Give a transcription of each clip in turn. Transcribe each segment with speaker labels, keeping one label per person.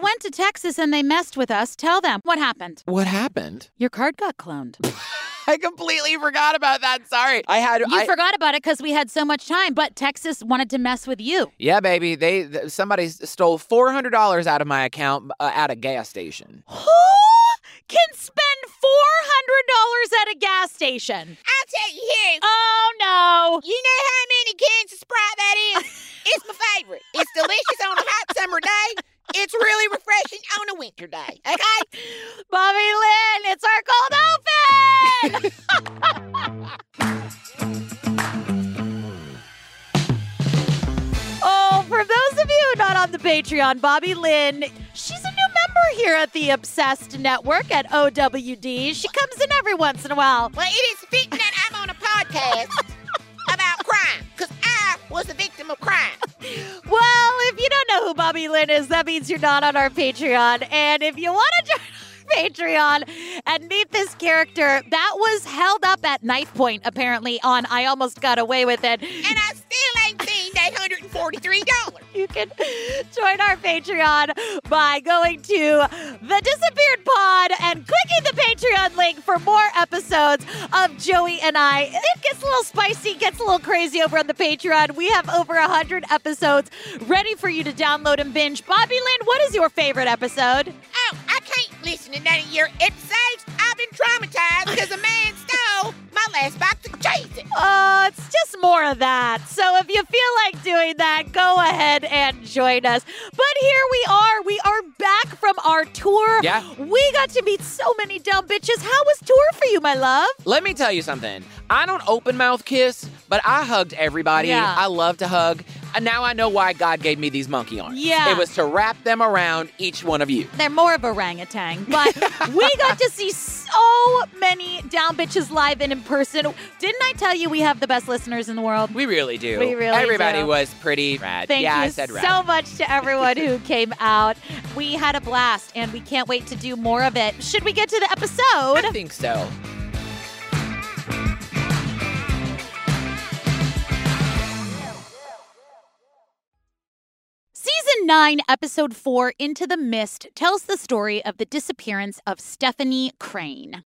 Speaker 1: went to Texas and they messed with us, tell them what happened.
Speaker 2: What happened?
Speaker 1: Your card got cloned.
Speaker 2: I completely forgot about that. Sorry. I had.
Speaker 1: You
Speaker 2: I,
Speaker 1: forgot about it because we had so much time, but Texas wanted to mess with you.
Speaker 2: yeah, baby. They th- somebody s- stole four hundred dollars out of my account uh, at a gas station.
Speaker 1: Who can spend $400 at a gas station?
Speaker 3: I'll tell you here.
Speaker 1: Oh no.
Speaker 3: You know how many cans of Sprite that is? it's my favorite. It's delicious on a hot summer day. It's really refreshing on a winter day. Okay?
Speaker 1: Bobby Lynn, it's our cold open! oh, for those of you not on the Patreon, Bobby Lynn, she's a new member here at the Obsessed Network at OWD. She comes in every once in a while.
Speaker 3: Well, it is fitting that I'm on a podcast about crime, because I was the victim of crime.
Speaker 1: Well, if you don't know who Bobby Lynn is, that means you're not on our Patreon. And if you want to join our Patreon and meet this character, that was held up at knife point, apparently, on I Almost Got Away With
Speaker 3: And
Speaker 1: It.
Speaker 3: I still ain't seen that $143.
Speaker 1: You can join our Patreon by going to the Disappeared Pod and clicking the Patreon link for more episodes of Joey and I. It gets a little spicy, gets a little crazy over on the Patreon. We have over 100 episodes ready for you to download and binge. Bobby Lynn, what is your favorite episode?
Speaker 3: Oh, I can't listen to none of your episodes. I've been traumatized because a man stole my last box of cheese.
Speaker 1: Uh, it's just more of that. So if you feel like doing that, go ahead and join us. But here we are. We are back from our tour.
Speaker 2: Yeah.
Speaker 1: We got to meet so many dumb bitches. How was tour for you, my love?
Speaker 2: Let me tell you something. I don't open mouth kiss, but I hugged everybody.
Speaker 1: Yeah.
Speaker 2: I love to hug. And now I know why God gave me these monkey arms.
Speaker 1: Yeah.
Speaker 2: It was to wrap them around each one of you.
Speaker 1: They're more of orangutan, but we got to see so many down bitches live and in person. Didn't I tell you we have the best listeners in the world?
Speaker 2: We really do.
Speaker 1: We really
Speaker 2: Everybody
Speaker 1: do.
Speaker 2: was pretty rad.
Speaker 1: Thank
Speaker 2: yeah,
Speaker 1: you
Speaker 2: I said rad.
Speaker 1: so much to everyone who came out. We had a blast and we can't wait to do more of it. Should we get to the episode?
Speaker 2: I think so.
Speaker 1: Season 9, Episode 4, Into the Mist, tells the story of the disappearance of Stephanie Crane.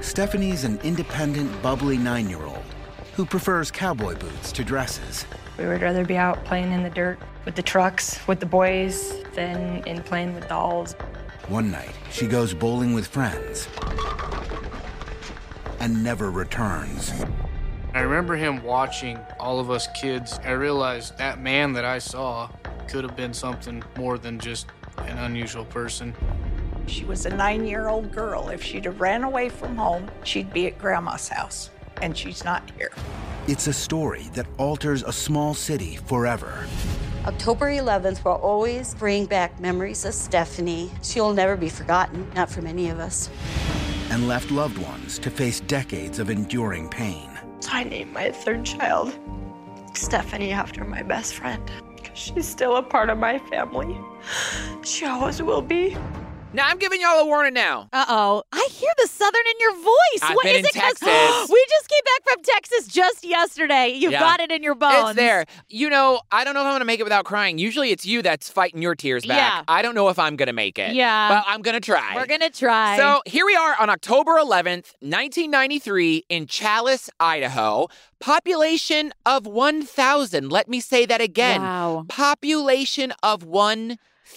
Speaker 4: Stephanie's an independent, bubbly nine year old who prefers cowboy boots to dresses.
Speaker 5: We would rather be out playing in the dirt with the trucks, with the boys, than in playing with dolls.
Speaker 4: One night, she goes bowling with friends and never returns.
Speaker 6: I remember him watching all of us kids. I realized that man that I saw could have been something more than just an unusual person.
Speaker 7: She was a nine year old girl. If she'd have ran away from home, she'd be at grandma's house. And she's not here.
Speaker 4: It's a story that alters a small city forever.
Speaker 8: October 11th will always bring back memories of Stephanie. She'll never be forgotten, not from any of us.
Speaker 4: and left loved ones to face decades of enduring pain.
Speaker 9: So I named my third child Stephanie after my best friend because she's still a part of my family. She always will be.
Speaker 2: Now I'm giving y'all a warning now.
Speaker 1: Uh oh. I hear the Southern in your voice.
Speaker 2: I've
Speaker 1: What
Speaker 2: been
Speaker 1: is
Speaker 2: in
Speaker 1: it? 'Cause-
Speaker 2: Texas.
Speaker 1: we just came back from Texas just yesterday. You've
Speaker 2: Yeah.
Speaker 1: got it in your bones.
Speaker 2: It's there. You know, I don't know if I'm going to make it without crying. Usually it's you that's fighting your tears back.
Speaker 1: Yeah.
Speaker 2: I don't know if I'm going to make it.
Speaker 1: Yeah.
Speaker 2: But I'm going to try.
Speaker 1: We're going to try.
Speaker 2: So here we are on October 11th, 1993, in Chalice, Idaho. Population of 1,000. Let me say that again.
Speaker 1: Wow.
Speaker 2: Population of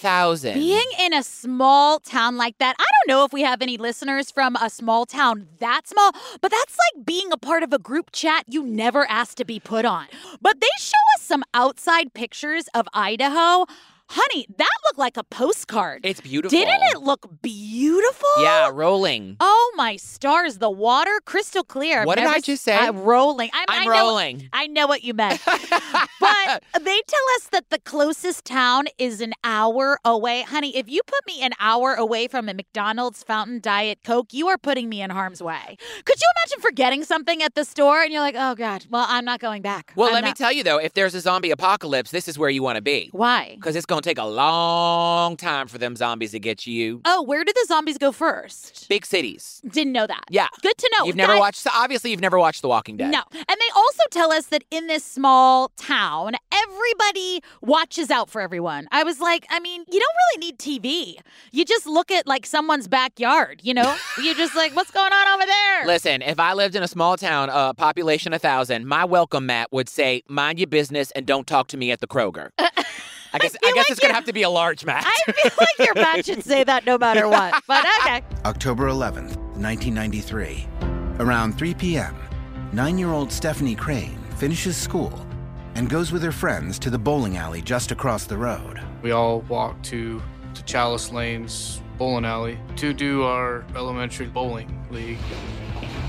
Speaker 2: 1,000.
Speaker 1: Being in a small town like that, I don't know if we have any listeners from a small town that small, but that's like being a part of a group chat you never asked to be put on. But they show us some outside pictures of Idaho. Honey, that looked like a postcard.
Speaker 2: It's beautiful.
Speaker 1: Didn't it look beautiful?
Speaker 2: Yeah, rolling.
Speaker 1: Oh my stars, the water crystal clear. I've
Speaker 2: What did
Speaker 1: never
Speaker 2: I just
Speaker 1: s-
Speaker 2: say?
Speaker 1: I'm rolling. I'm,
Speaker 2: I'm
Speaker 1: I know-
Speaker 2: rolling.
Speaker 1: I know what you meant. but they tell us that the closest town is an hour away. Honey, if you put me an hour away from a McDonald's fountain diet Coke, you are putting me in harm's way. Could you imagine forgetting something at the store and you're like, oh God, well, I'm not going back.
Speaker 2: Well,
Speaker 1: I'm
Speaker 2: let me
Speaker 1: not-
Speaker 2: tell you though, if there's a zombie apocalypse, this is where you want to be.
Speaker 1: Why?
Speaker 2: Because it's going gonna take a long time for them zombies to get you.
Speaker 1: Oh, where did the zombies go first?
Speaker 2: Big cities.
Speaker 1: Didn't know that.
Speaker 2: Yeah.
Speaker 1: Good to know.
Speaker 2: you've never
Speaker 1: Guys-
Speaker 2: watched. So obviously, you've never watched The Walking Dead.
Speaker 1: No. And they also tell us that in this small town, everybody watches out for everyone. I was like, I mean, you don't really need TV. You just look at like someone's backyard, you know? You're just like, what's going on over there?
Speaker 2: Listen, if I lived in a small town, uh, population a thousand, my welcome mat would say, "Mind your business and don't talk to me at the Kroger." I guess. I, guess it's gonna have to be a large mat.
Speaker 1: I feel like your match should say that no matter what. But okay.
Speaker 4: October 11th, 1993. Around 3 p.m., nine year old Stephanie Crane finishes school and goes with her friends to the bowling alley just across the road.
Speaker 6: We all walk to to Chalice Lane's bowling alley to do our elementary bowling league.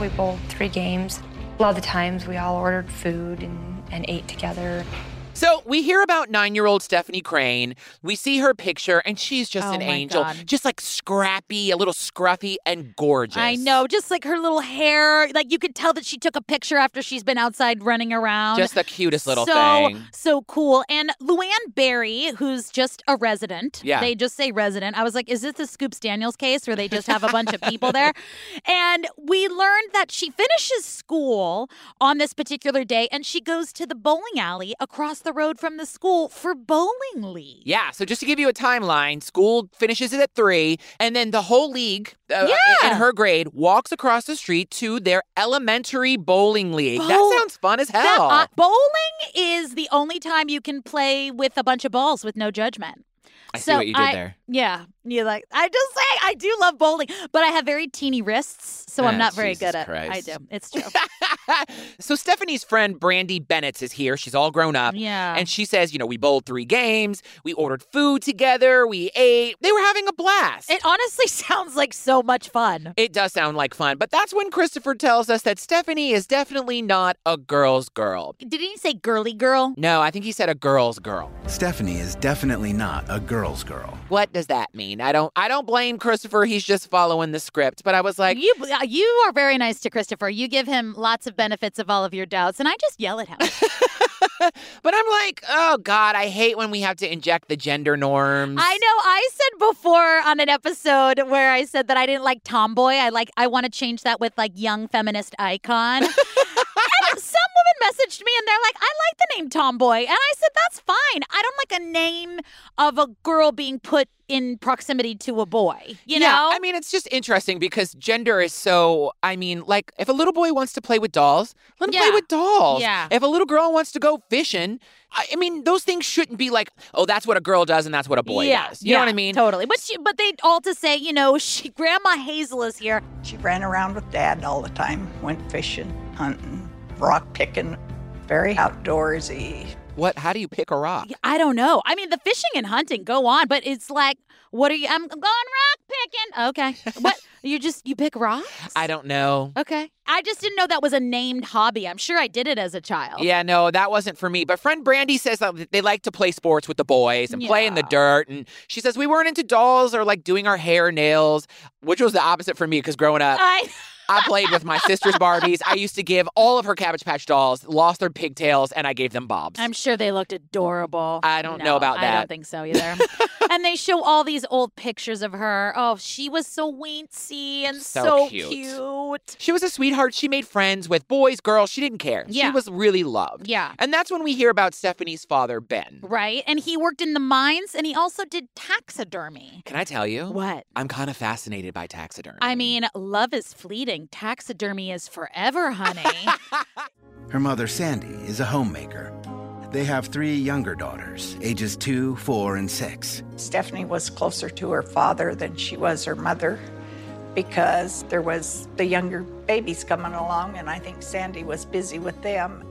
Speaker 5: We bowled three games. A lot of the times we all ordered food and, and ate together.
Speaker 2: So we hear about nine-year-old Stephanie Crane. We see her picture, and she's just
Speaker 1: Oh
Speaker 2: an
Speaker 1: my
Speaker 2: angel,
Speaker 1: God.
Speaker 2: just like scrappy, a little scruffy, and gorgeous.
Speaker 1: I know, just like her little hair, like you could tell that she took a picture after she's been outside running around.
Speaker 2: Just the cutest little
Speaker 1: so,
Speaker 2: thing.
Speaker 1: So cool. And Luann Barry, who's just a resident.
Speaker 2: Yeah.
Speaker 1: They just say resident. I was like, is this the Scoops Daniels case where they just have a bunch of people there? And we learned that she finishes school on this particular day and she goes to the bowling alley across the road from the school for bowling league.
Speaker 2: Yeah, so just to give you a timeline, school finishes it at three, and then the whole league uh, in
Speaker 1: Yeah.
Speaker 2: her grade walks across the street to their elementary bowling league. that
Speaker 1: Bowl-
Speaker 2: sounds fun as
Speaker 1: That-
Speaker 2: hell.
Speaker 1: uh, bowling is the only time you can play with a bunch of balls with no judgment.
Speaker 2: I see what you did there.
Speaker 1: Yeah, you like. I just say I do love bowling, but I have very teeny wrists, so
Speaker 2: Ah,
Speaker 1: I'm not very
Speaker 2: Jesus
Speaker 1: good at.
Speaker 2: Christ.
Speaker 1: I do. It's true.
Speaker 2: so Stephanie's friend Brandy Bennett is here. She's all grown up.
Speaker 1: yeah.
Speaker 2: And she says, you know, we bowled three games, we ordered food together, we ate. They were having a blast.
Speaker 1: it honestly sounds like so much fun.
Speaker 2: It does sound like fun, but that's when Christopher tells us that Stephanie is definitely not a girl's girl.
Speaker 1: Didn't he say girly girl?
Speaker 2: No, I think he said a girl's girl.
Speaker 4: Stephanie is definitely not a girl's girl.
Speaker 2: What does that mean? I don't I don't blame Christopher, he's just following the script, but I was like,
Speaker 1: you uh, you are very nice to Christopher. You give him lots of benefits of all of your doubts, and I just yell at him.
Speaker 2: but I'm like, oh god, I hate when we have to inject the gender norms.
Speaker 1: I know. I said before on an episode where I said that I didn't like tomboy. I like. I want to change that with like young feminist icon. and some woman messaged me and they're like, "I like the name tomboy," and I said, "That's fine. I don't like a name of a girl being put in proximity to a boy." You
Speaker 2: Yeah,
Speaker 1: know.
Speaker 2: I mean, it's just interesting because gender is so. I mean, like, if a little boy wants to play with dolls, let him play
Speaker 1: Yeah.
Speaker 2: with dolls.
Speaker 1: Yeah.
Speaker 2: If a little girl wants to go fishing, I, I mean, those things shouldn't be like, oh, that's what a girl does and that's what a boy
Speaker 1: yeah,
Speaker 2: does. You know
Speaker 1: yeah,
Speaker 2: what I mean?
Speaker 1: Totally. But she, but they all to say, you know, she Grandma Hazel is here.
Speaker 7: She ran around with dad all the time, went fishing, hunting, rock picking, very outdoorsy.
Speaker 2: What? How do you pick a rock?
Speaker 1: I don't know. I mean, the fishing and hunting go on, but it's like, what are you? I'm going rock picking. Okay. What? you just, you pick rocks?
Speaker 2: I don't know.
Speaker 1: Okay. I just didn't know that was a named hobby. I'm sure I did it as a child.
Speaker 2: Yeah, no, that wasn't for me. But friend Brandy says that they like to play sports with the boys and play in the
Speaker 1: Yeah.
Speaker 2: dirt. And she says we weren't into dolls or like doing our hair nails, which was the opposite for me because growing up,
Speaker 1: I,
Speaker 2: I played with my sister's Barbies. I used to give all of her Cabbage Patch dolls, lost their pigtails, and I gave them bobs.
Speaker 1: I'm sure they looked adorable.
Speaker 2: I don't know
Speaker 1: No,
Speaker 2: about
Speaker 1: I
Speaker 2: that.
Speaker 1: don't think so either. and they show all these old pictures of her. Oh, she was so weensy and
Speaker 2: So
Speaker 1: so,
Speaker 2: cute.
Speaker 1: cute.
Speaker 2: she was a sweetheart. She made friends with boys, girls. She didn't care. She
Speaker 1: Yeah.
Speaker 2: was really loved.
Speaker 1: Yeah.
Speaker 2: And that's when we hear about Stephanie's father, Ben.
Speaker 1: Right. And he worked in the mines and he also did taxidermy.
Speaker 2: Can I tell you?
Speaker 1: What?
Speaker 2: I'm kind of fascinated by taxidermy.
Speaker 1: I mean, love is fleeting. Taxidermy is forever, honey.
Speaker 4: Her mother, Sandy, is a homemaker. They have three younger daughters, ages two, four, and six.
Speaker 7: Stephanie was closer to her father than she was her mother because there was the younger babies coming along and I think Sandy was busy with them.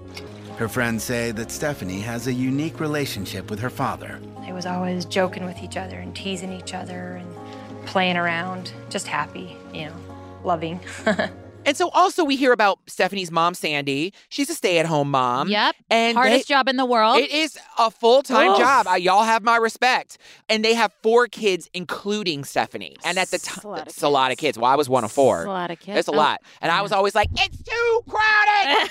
Speaker 4: Her friends say that Stephanie has a unique relationship with her father.
Speaker 5: They was always joking with each other and teasing each other and playing around, just happy, you know, loving.
Speaker 2: and so also we hear about Stephanie's mom, Sandy. She's a stay at home mom.
Speaker 1: Yep.
Speaker 2: And
Speaker 1: Hardest
Speaker 2: they-
Speaker 1: job in the world.
Speaker 2: It is a full time
Speaker 1: Oof.
Speaker 2: job. I, y'all have my respect. And they have four kids, including Stephanie. And at the time,
Speaker 1: It's a lot of
Speaker 2: it's a lot of
Speaker 1: kids.
Speaker 2: kids. Well, I was one of four.
Speaker 1: It's a lot of kids.
Speaker 2: It's a
Speaker 1: Oh,
Speaker 2: lot. And I was always like, it's too crowded.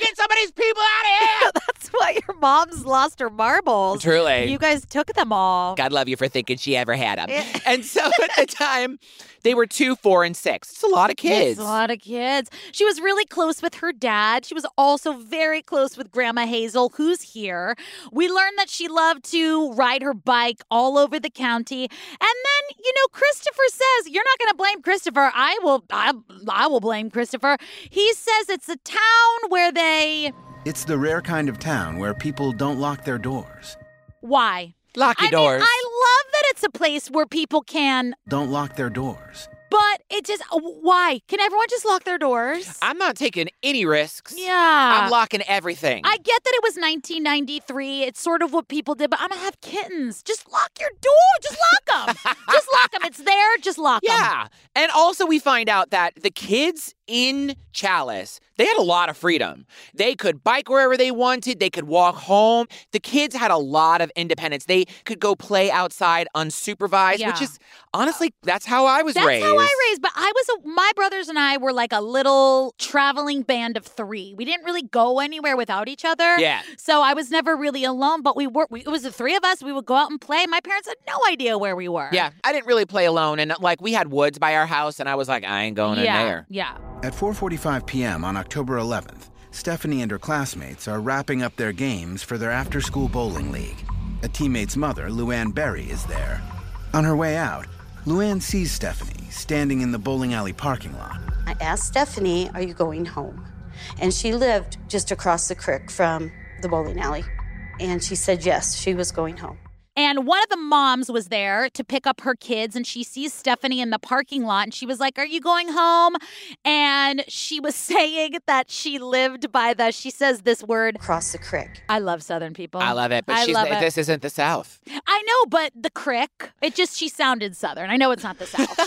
Speaker 3: Get some of these people out of here.
Speaker 1: That's why your mom's lost her marbles.
Speaker 2: Truly.
Speaker 1: You guys took them all.
Speaker 2: God love you for thinking she ever had them. And so at the time, they were two, four, and six. It's a lot of kids.
Speaker 1: It's a lot of kids. She was really close with her dad. She was also very close with Grandma Hazel, who's here. We learned that she loved to ride her bike all over the county. And then, you know, Christopher says, "You're not going to blame Christopher. I will. I, I will blame Christopher." He says it's a town where they.
Speaker 4: It's the rare kind of town where people don't lock their doors.
Speaker 1: Why?
Speaker 2: Lock your
Speaker 1: I
Speaker 2: doors.
Speaker 1: Mean, I love that it's a place where people can,
Speaker 4: Don't lock their doors.
Speaker 1: but it just uh, why? Can everyone just lock their doors?
Speaker 2: I'm not taking any risks.
Speaker 1: yeah.
Speaker 2: I'm locking everything.
Speaker 1: I get that it was 1993. It's sort of what people did, but I'm gonna have kittens. Just lock your door. Just lock them. just lock them. It's there. Just lock them.
Speaker 2: yeah. Um, And also, we find out that the kids in Chalice, they had a lot of freedom. They could bike wherever they wanted, they could walk home. The kids had a lot of independence. They could go play outside unsupervised,
Speaker 1: Yeah.
Speaker 2: which is honestly, that's how I was
Speaker 1: That's
Speaker 2: raised.
Speaker 1: how I raised. But I was a, my brothers and I were like a little traveling band of three. We didn't really go anywhere without each other.
Speaker 2: Yeah.
Speaker 1: So I was never really alone. But we were. We, it was the three of us. We would go out and play. My parents had no idea where we were.
Speaker 2: Yeah, I didn't really play alone, and like we had woods by our house, and I was like, I ain't going
Speaker 1: yeah.
Speaker 2: in there.
Speaker 1: Yeah.
Speaker 4: At 4:45 p.m. on October 11th, Stephanie and her classmates are wrapping up their games for their after-school bowling league. A teammate's mother, Luann Berry, is there. On her way out, Luann sees Stephanie standing in the bowling alley parking lot.
Speaker 8: I asked Stephanie, Are you going home? And she lived just across the creek from the bowling alley. And she said yes, she was going home.
Speaker 1: And one of the moms was there to pick up her kids, and she sees Stephanie in the parking lot, and she was like, Are you going home? And she was saying that she lived by the, she says this word.
Speaker 8: Across the creek.
Speaker 1: I love Southern people.
Speaker 2: I love it, but
Speaker 1: I
Speaker 2: she's
Speaker 1: love it.
Speaker 2: this isn't the South.
Speaker 1: I know, but the crick, it just, she sounded Southern. I know it's not the South.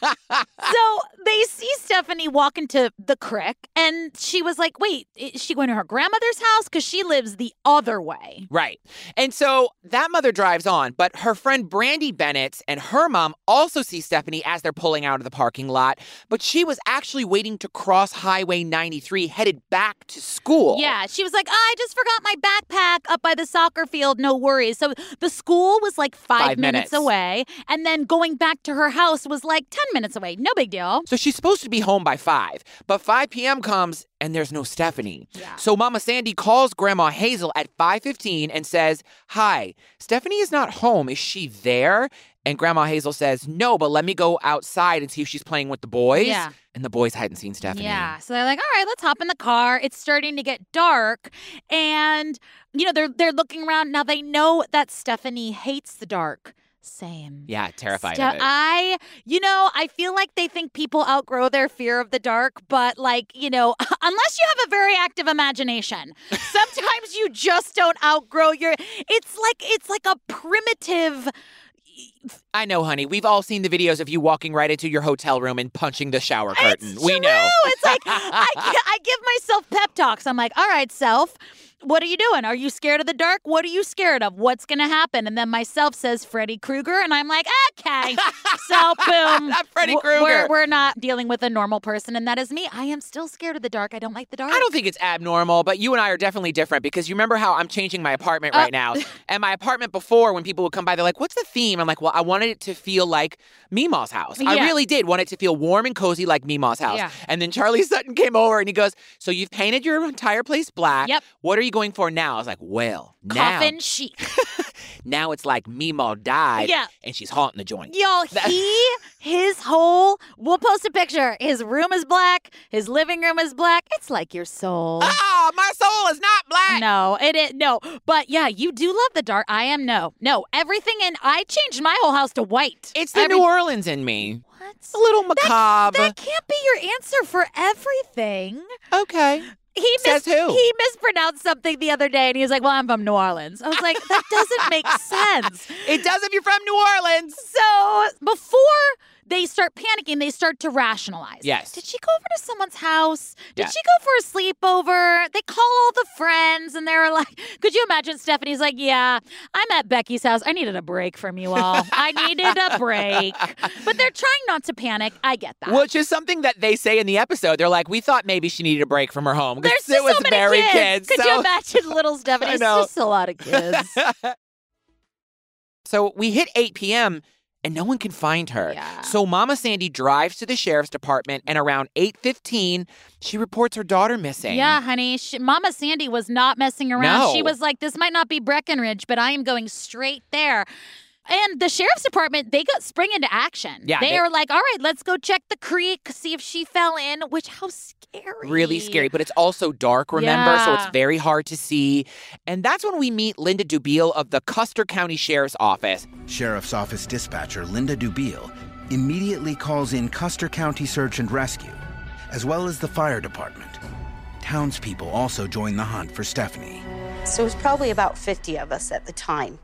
Speaker 1: so they see Stephanie walk into the crick, and she was like, Wait, is she going to her grandmother's house? Because she lives the other way.
Speaker 2: Right. And so that mother drives on, but her friend Brandy Bennett and her mom also see Stephanie as they're pulling out of the parking lot, but she was actually waiting to cross Highway 93 headed back to school.
Speaker 1: Yeah, she was like, "Oh, I just forgot my backpack up by the soccer field. No worries. So the school was like five,
Speaker 2: Five minutes.
Speaker 1: away, and then going back to her house was like 10 minutes away. No big deal.
Speaker 2: So she's supposed to be home by 5, but 5 p.m. comes and there's no Stephanie.
Speaker 1: Yeah.
Speaker 2: So Mama Sandy calls Grandma Hazel at 5:15 and says, "Hi, Stephanie is not home. Is she there?" And Grandma Hazel says, "No, but let me go outside and see if she's playing with the boys."
Speaker 1: Yeah.
Speaker 2: And the boys hadn't seen Stephanie.
Speaker 1: Yeah. So they're like, all right, let's hop in the car. It's starting to get dark. And, you know, they're they're looking around. Now they know that Stephanie hates the dark. Same.
Speaker 2: Yeah, terrified
Speaker 1: Stu-
Speaker 2: of it.
Speaker 1: I, you know, I feel like they think people outgrow their fear of the dark, but like, you know, unless you have a very active imagination, sometimes you just don't outgrow your. It's like it's like a primitive.
Speaker 2: I know, honey. We've all seen the videos of you walking right into your hotel room and punching the shower curtain.
Speaker 1: It's
Speaker 2: we
Speaker 1: true.
Speaker 2: know.
Speaker 1: It's like I, gi- I give myself pep talks. I'm like, all right, self. What are you doing? Are you scared of the dark? What are you scared of? What's going to happen? And then myself says Freddy Krueger, and I'm like, okay. So, boom.
Speaker 2: Not Freddy
Speaker 1: W-
Speaker 2: Krueger.
Speaker 1: We're, we're not dealing with a normal person, and that is me. I am still scared of the dark. I don't like the dark.
Speaker 2: I don't think it's abnormal, but you and I are definitely different because you remember how I'm changing my
Speaker 1: Uh,
Speaker 2: apartment right now. And my apartment before, when people would come by, they're like, What's the theme? I'm like, Well, I wanted it to feel like Mima's house. I
Speaker 1: Yeah.
Speaker 2: really did want it to feel warm and cozy like Mima's house.
Speaker 1: Yeah.
Speaker 2: And then Charlie Sutton came over and he goes, So you've painted your entire place black.
Speaker 1: Yep.
Speaker 2: What are you going for now? I was like, Well, now,
Speaker 1: Coffin chic.
Speaker 2: now it's like Mima died
Speaker 1: Yeah.
Speaker 2: and she's haunting the joint.
Speaker 1: Y'all,
Speaker 2: That-
Speaker 1: he, his whole, we'll post a picture. His room is black. His living room is black. It's like your soul.
Speaker 2: Oh, my soul is not black.
Speaker 1: No, it is no. But yeah, you do love the dark. I am no, no. Everything in I changed my whole house to white.
Speaker 2: It's the
Speaker 1: Every-
Speaker 2: New Orleans in me. A
Speaker 1: What?
Speaker 2: little macabre.
Speaker 1: That can't be your answer for everything.
Speaker 2: okay.
Speaker 1: He
Speaker 2: Says who?
Speaker 1: He mispronounced something the other day, and he was like, "Well, I'm from New Orleans." I was like, "That doesn't make sense."
Speaker 2: It does if you're from New Orleans.
Speaker 1: So before they start panicking. They start to rationalize.
Speaker 2: Yes.
Speaker 1: Did she go over to someone's house? Did
Speaker 2: Yeah.
Speaker 1: she go for a sleepover? They call all the friends and they're like, could you imagine Stephanie's like, yeah, I'm at Becky's house. I needed a break from you all. I needed a break. But they're trying not to panic. I get that.
Speaker 2: Which is something that they say in the episode. They're like, we thought maybe she needed a break from her home because
Speaker 1: There's
Speaker 2: it
Speaker 1: just
Speaker 2: was
Speaker 1: so many
Speaker 2: very
Speaker 1: kids. Could you
Speaker 2: so-
Speaker 1: imagine little Stephanie?
Speaker 2: I
Speaker 1: It's
Speaker 2: know.
Speaker 1: just a lot of kids.
Speaker 2: So we hit 8 p.m. and no one can find her.
Speaker 1: Yeah.
Speaker 2: So Mama Sandy drives to the sheriff's department and around 8:15 she reports her daughter missing.
Speaker 1: Yeah, honey. She, Mama Sandy was not messing around. She
Speaker 2: No.
Speaker 1: was like, this might not be Breckenridge, but I am going straight there. And the sheriff's department, they got spring into action.
Speaker 2: Yeah,
Speaker 1: they,
Speaker 2: they-
Speaker 1: are like, all right, let's go check the creek, see if she fell in, which how scary.
Speaker 2: Really scary, but it's also dark, remember? So it's
Speaker 1: Yeah.
Speaker 2: very hard to see. And that's when we meet Linda Dubiel of the Custer County Sheriff's Office.
Speaker 4: Sheriff's Office dispatcher Linda Dubiel immediately calls in Custer County Search and Rescue, as well as the fire department. Townspeople also join the hunt for Stephanie.
Speaker 8: So it was probably about 50 of us at the time.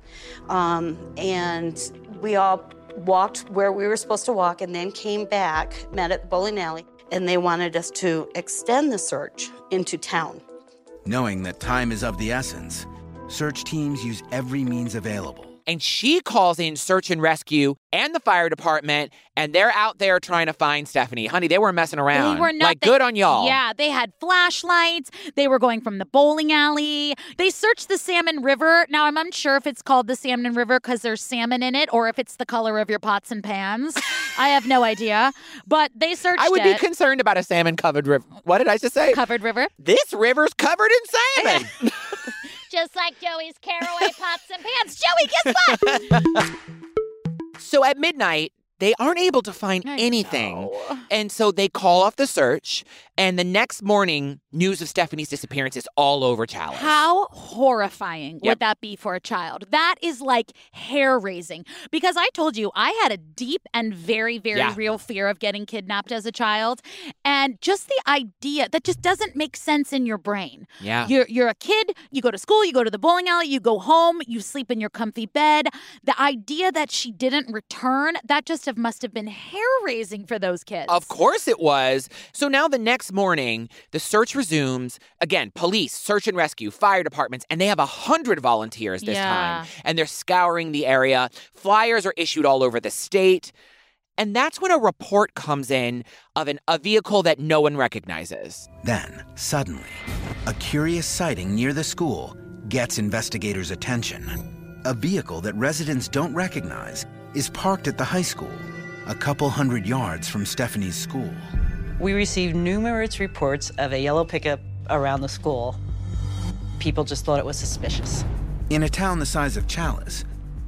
Speaker 8: Um, and we all walked where we were supposed to walk and then came back, met at the bowling alley, and they wanted us to extend the search into town.
Speaker 4: Knowing that time is of the essence, search teams use every means available.
Speaker 2: And she calls in search and rescue and the fire department, and they're out there trying to find Stephanie. Honey, they were messing around.
Speaker 1: They were not
Speaker 2: like
Speaker 1: the-
Speaker 2: good on y'all.
Speaker 1: Yeah, they had flashlights. They were going from the bowling alley. They searched the Salmon River. Now I'm unsure if it's called the Salmon River because there's salmon in it, or if it's the color of your pots and pans. I have no idea. But they searched
Speaker 2: I would be
Speaker 1: it.
Speaker 2: concerned about a salmon covered river. What did I just say?
Speaker 1: Covered river.
Speaker 2: this river's covered in salmon.
Speaker 1: Just like Joey's caraway pots and pans. Joey, guess what?
Speaker 2: so at midnight, they aren't able to find
Speaker 1: I
Speaker 2: anything.
Speaker 1: know.
Speaker 2: And so they call off the search. And the next morning, news of Stephanie's disappearance is all over Chalice.
Speaker 1: How horrifying would
Speaker 2: Yep.
Speaker 1: that be for a child? That is like hair raising. Because I told you, I had a deep and very, very
Speaker 2: Yeah.
Speaker 1: real fear of getting kidnapped as a child. And just the idea that just doesn't make sense in your brain.
Speaker 2: Yeah.
Speaker 1: You're you're a kid, you go to school, you go to the bowling alley, you go home, you sleep in your comfy bed. The idea that she didn't return, that just have must have been hair raising for those kids.
Speaker 2: Of course it was. So now the next morning, the search resumes. Again, police, search and rescue, fire departments, and they have a hundred volunteers this
Speaker 1: Yeah.
Speaker 2: time. And they're scouring the area. Flyers are issued all over the state. And that's when a report comes in of an, a vehicle that no one recognizes.
Speaker 4: Then, suddenly, a curious sighting near the school gets investigators' attention. A vehicle that residents don't recognize is parked at the high school, a couple hundred yards from Stephanie's school.
Speaker 10: We received numerous reports of a yellow pickup around the school. People just thought it was suspicious.
Speaker 4: In a town the size of Chalice,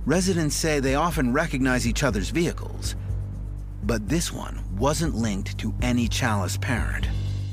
Speaker 4: residents say they often recognize each other's vehicles, but this one wasn't linked to any Chalice parent.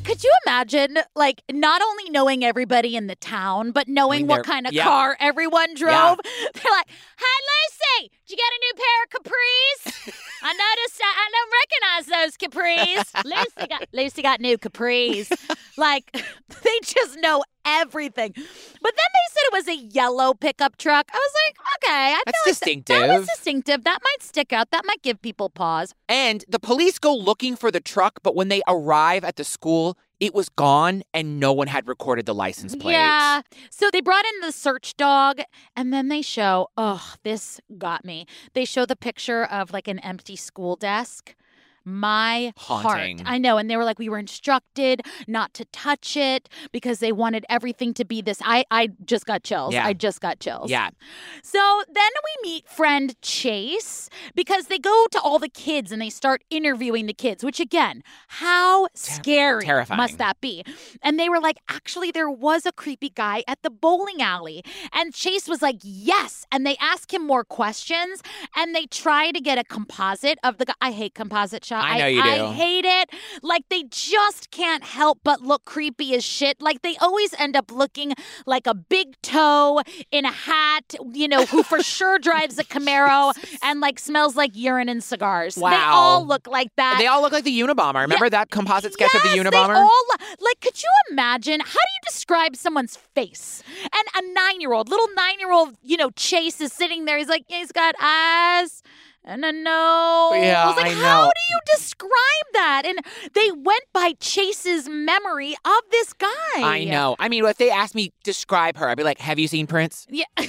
Speaker 1: Could you imagine, like, not only knowing everybody in the town, but knowing
Speaker 2: Knowing
Speaker 1: what
Speaker 2: their-
Speaker 1: kind of
Speaker 2: yeah.
Speaker 1: car everyone drove? They're like, "Hi, Lucy, did you get a new pair of capris? I noticed I, I don't recognize those capris. Lucy got Lucy got new capris. like, they just know everything. But then they said it was a yellow pickup truck. I was like, okay, I feel like That,
Speaker 2: That's
Speaker 1: that
Speaker 2: distinctive.
Speaker 1: was distinctive. That might stick out. That might give people pause.
Speaker 2: And the police go looking for the truck, but when they arrive at the school, it was gone and no one had recorded the license plate.
Speaker 1: Yeah. So they brought in the search dog and then they show, oh, this got me. They show the picture of like an empty school desk. My
Speaker 2: Haunting.
Speaker 1: heart. I know. And they were like, we were instructed not to touch it because they wanted everything to be this. I, I just got chills.
Speaker 2: Yeah.
Speaker 1: I just got chills.
Speaker 2: Yeah.
Speaker 1: So then we meet friend Chase because they go to all the kids and they start interviewing the kids, which again, how scary
Speaker 2: terrifying.
Speaker 1: must that be? And they were like, actually, there was a creepy guy at the bowling alley. And Chase was like, yes. And they ask him more questions and they try to get a composite of the guy. I hate composite shot.
Speaker 2: I know you do.
Speaker 1: I hate it. Like they just can't help but look creepy as shit. Like they always end up looking like a big toe in a hat, you know, who for sure drives a Camaro and like smells like urine and cigars. They
Speaker 2: Wow.
Speaker 1: all look like that.
Speaker 2: They all look like the Unabomber. Remember that composite sketch of the
Speaker 1: Yes,
Speaker 2: Unabomber?
Speaker 1: They all like. Could you imagine? How do you describe someone's face? And a nine-year-old, little nine-year-old, you know, Chase is sitting there. He's like, he's got eyes and a no.
Speaker 2: Yeah,
Speaker 1: I was like,
Speaker 2: I
Speaker 1: how
Speaker 2: know.
Speaker 1: do you describe that? And they went by Chase's memory of this guy.
Speaker 2: I know. I mean, if they asked me describe her, I'd be like, "Have you seen Prince?
Speaker 1: Yeah.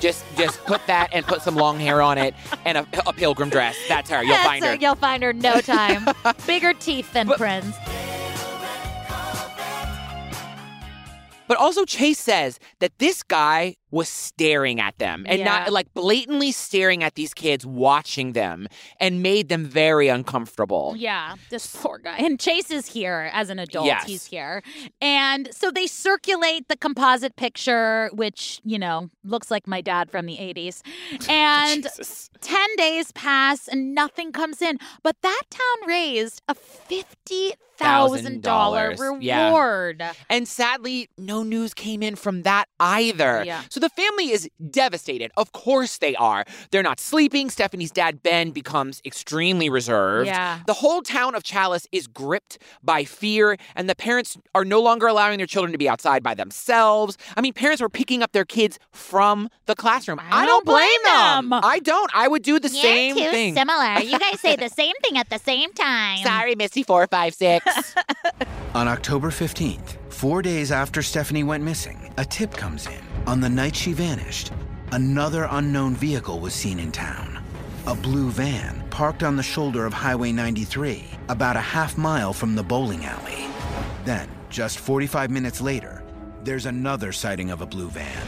Speaker 2: Just just put that and put some long hair on it and a, a pilgrim dress. That's her. You'll
Speaker 1: That's
Speaker 2: find
Speaker 1: it.
Speaker 2: her."
Speaker 1: You'll find her in no time. Bigger teeth than Prince.
Speaker 2: But also, Chase says that this guy was staring at them and
Speaker 1: Yeah.
Speaker 2: not like blatantly staring at these kids, watching them, and made them very uncomfortable.
Speaker 1: Yeah, this poor guy. And Chase is here as an adult.
Speaker 2: Yes.
Speaker 1: He's here. And so they circulate the composite picture, which, you know, looks like my dad from the 80s.
Speaker 2: Oh,
Speaker 1: And 10 days pass and nothing comes in. But that town raised a $50,000
Speaker 2: $1,000, yeah.
Speaker 1: reward.
Speaker 2: And sadly, no news came in from that either.
Speaker 1: Yeah.
Speaker 2: So the family is devastated. Of course they are. They're not sleeping. Stephanie's dad, Ben, becomes extremely reserved.
Speaker 1: Yeah.
Speaker 2: The whole town of Chalice is gripped by fear, and the parents are no longer allowing their children to be outside by themselves. I mean, parents were picking up their kids from the classroom. I,
Speaker 1: don't blame them.
Speaker 2: I don't. I would do the
Speaker 1: You're
Speaker 2: same
Speaker 1: too
Speaker 2: thing.
Speaker 1: similar. You guys say the same thing at the same time.
Speaker 2: Sorry, Missy 456.
Speaker 4: On October 15th, four days after Stephanie went missing, a tip comes in. On the night she vanished, another unknown vehicle was seen in town. A blue van parked on the shoulder of Highway 93, about a half mile from the bowling alley. Then, just 45 minutes later, there's another sighting of a blue van,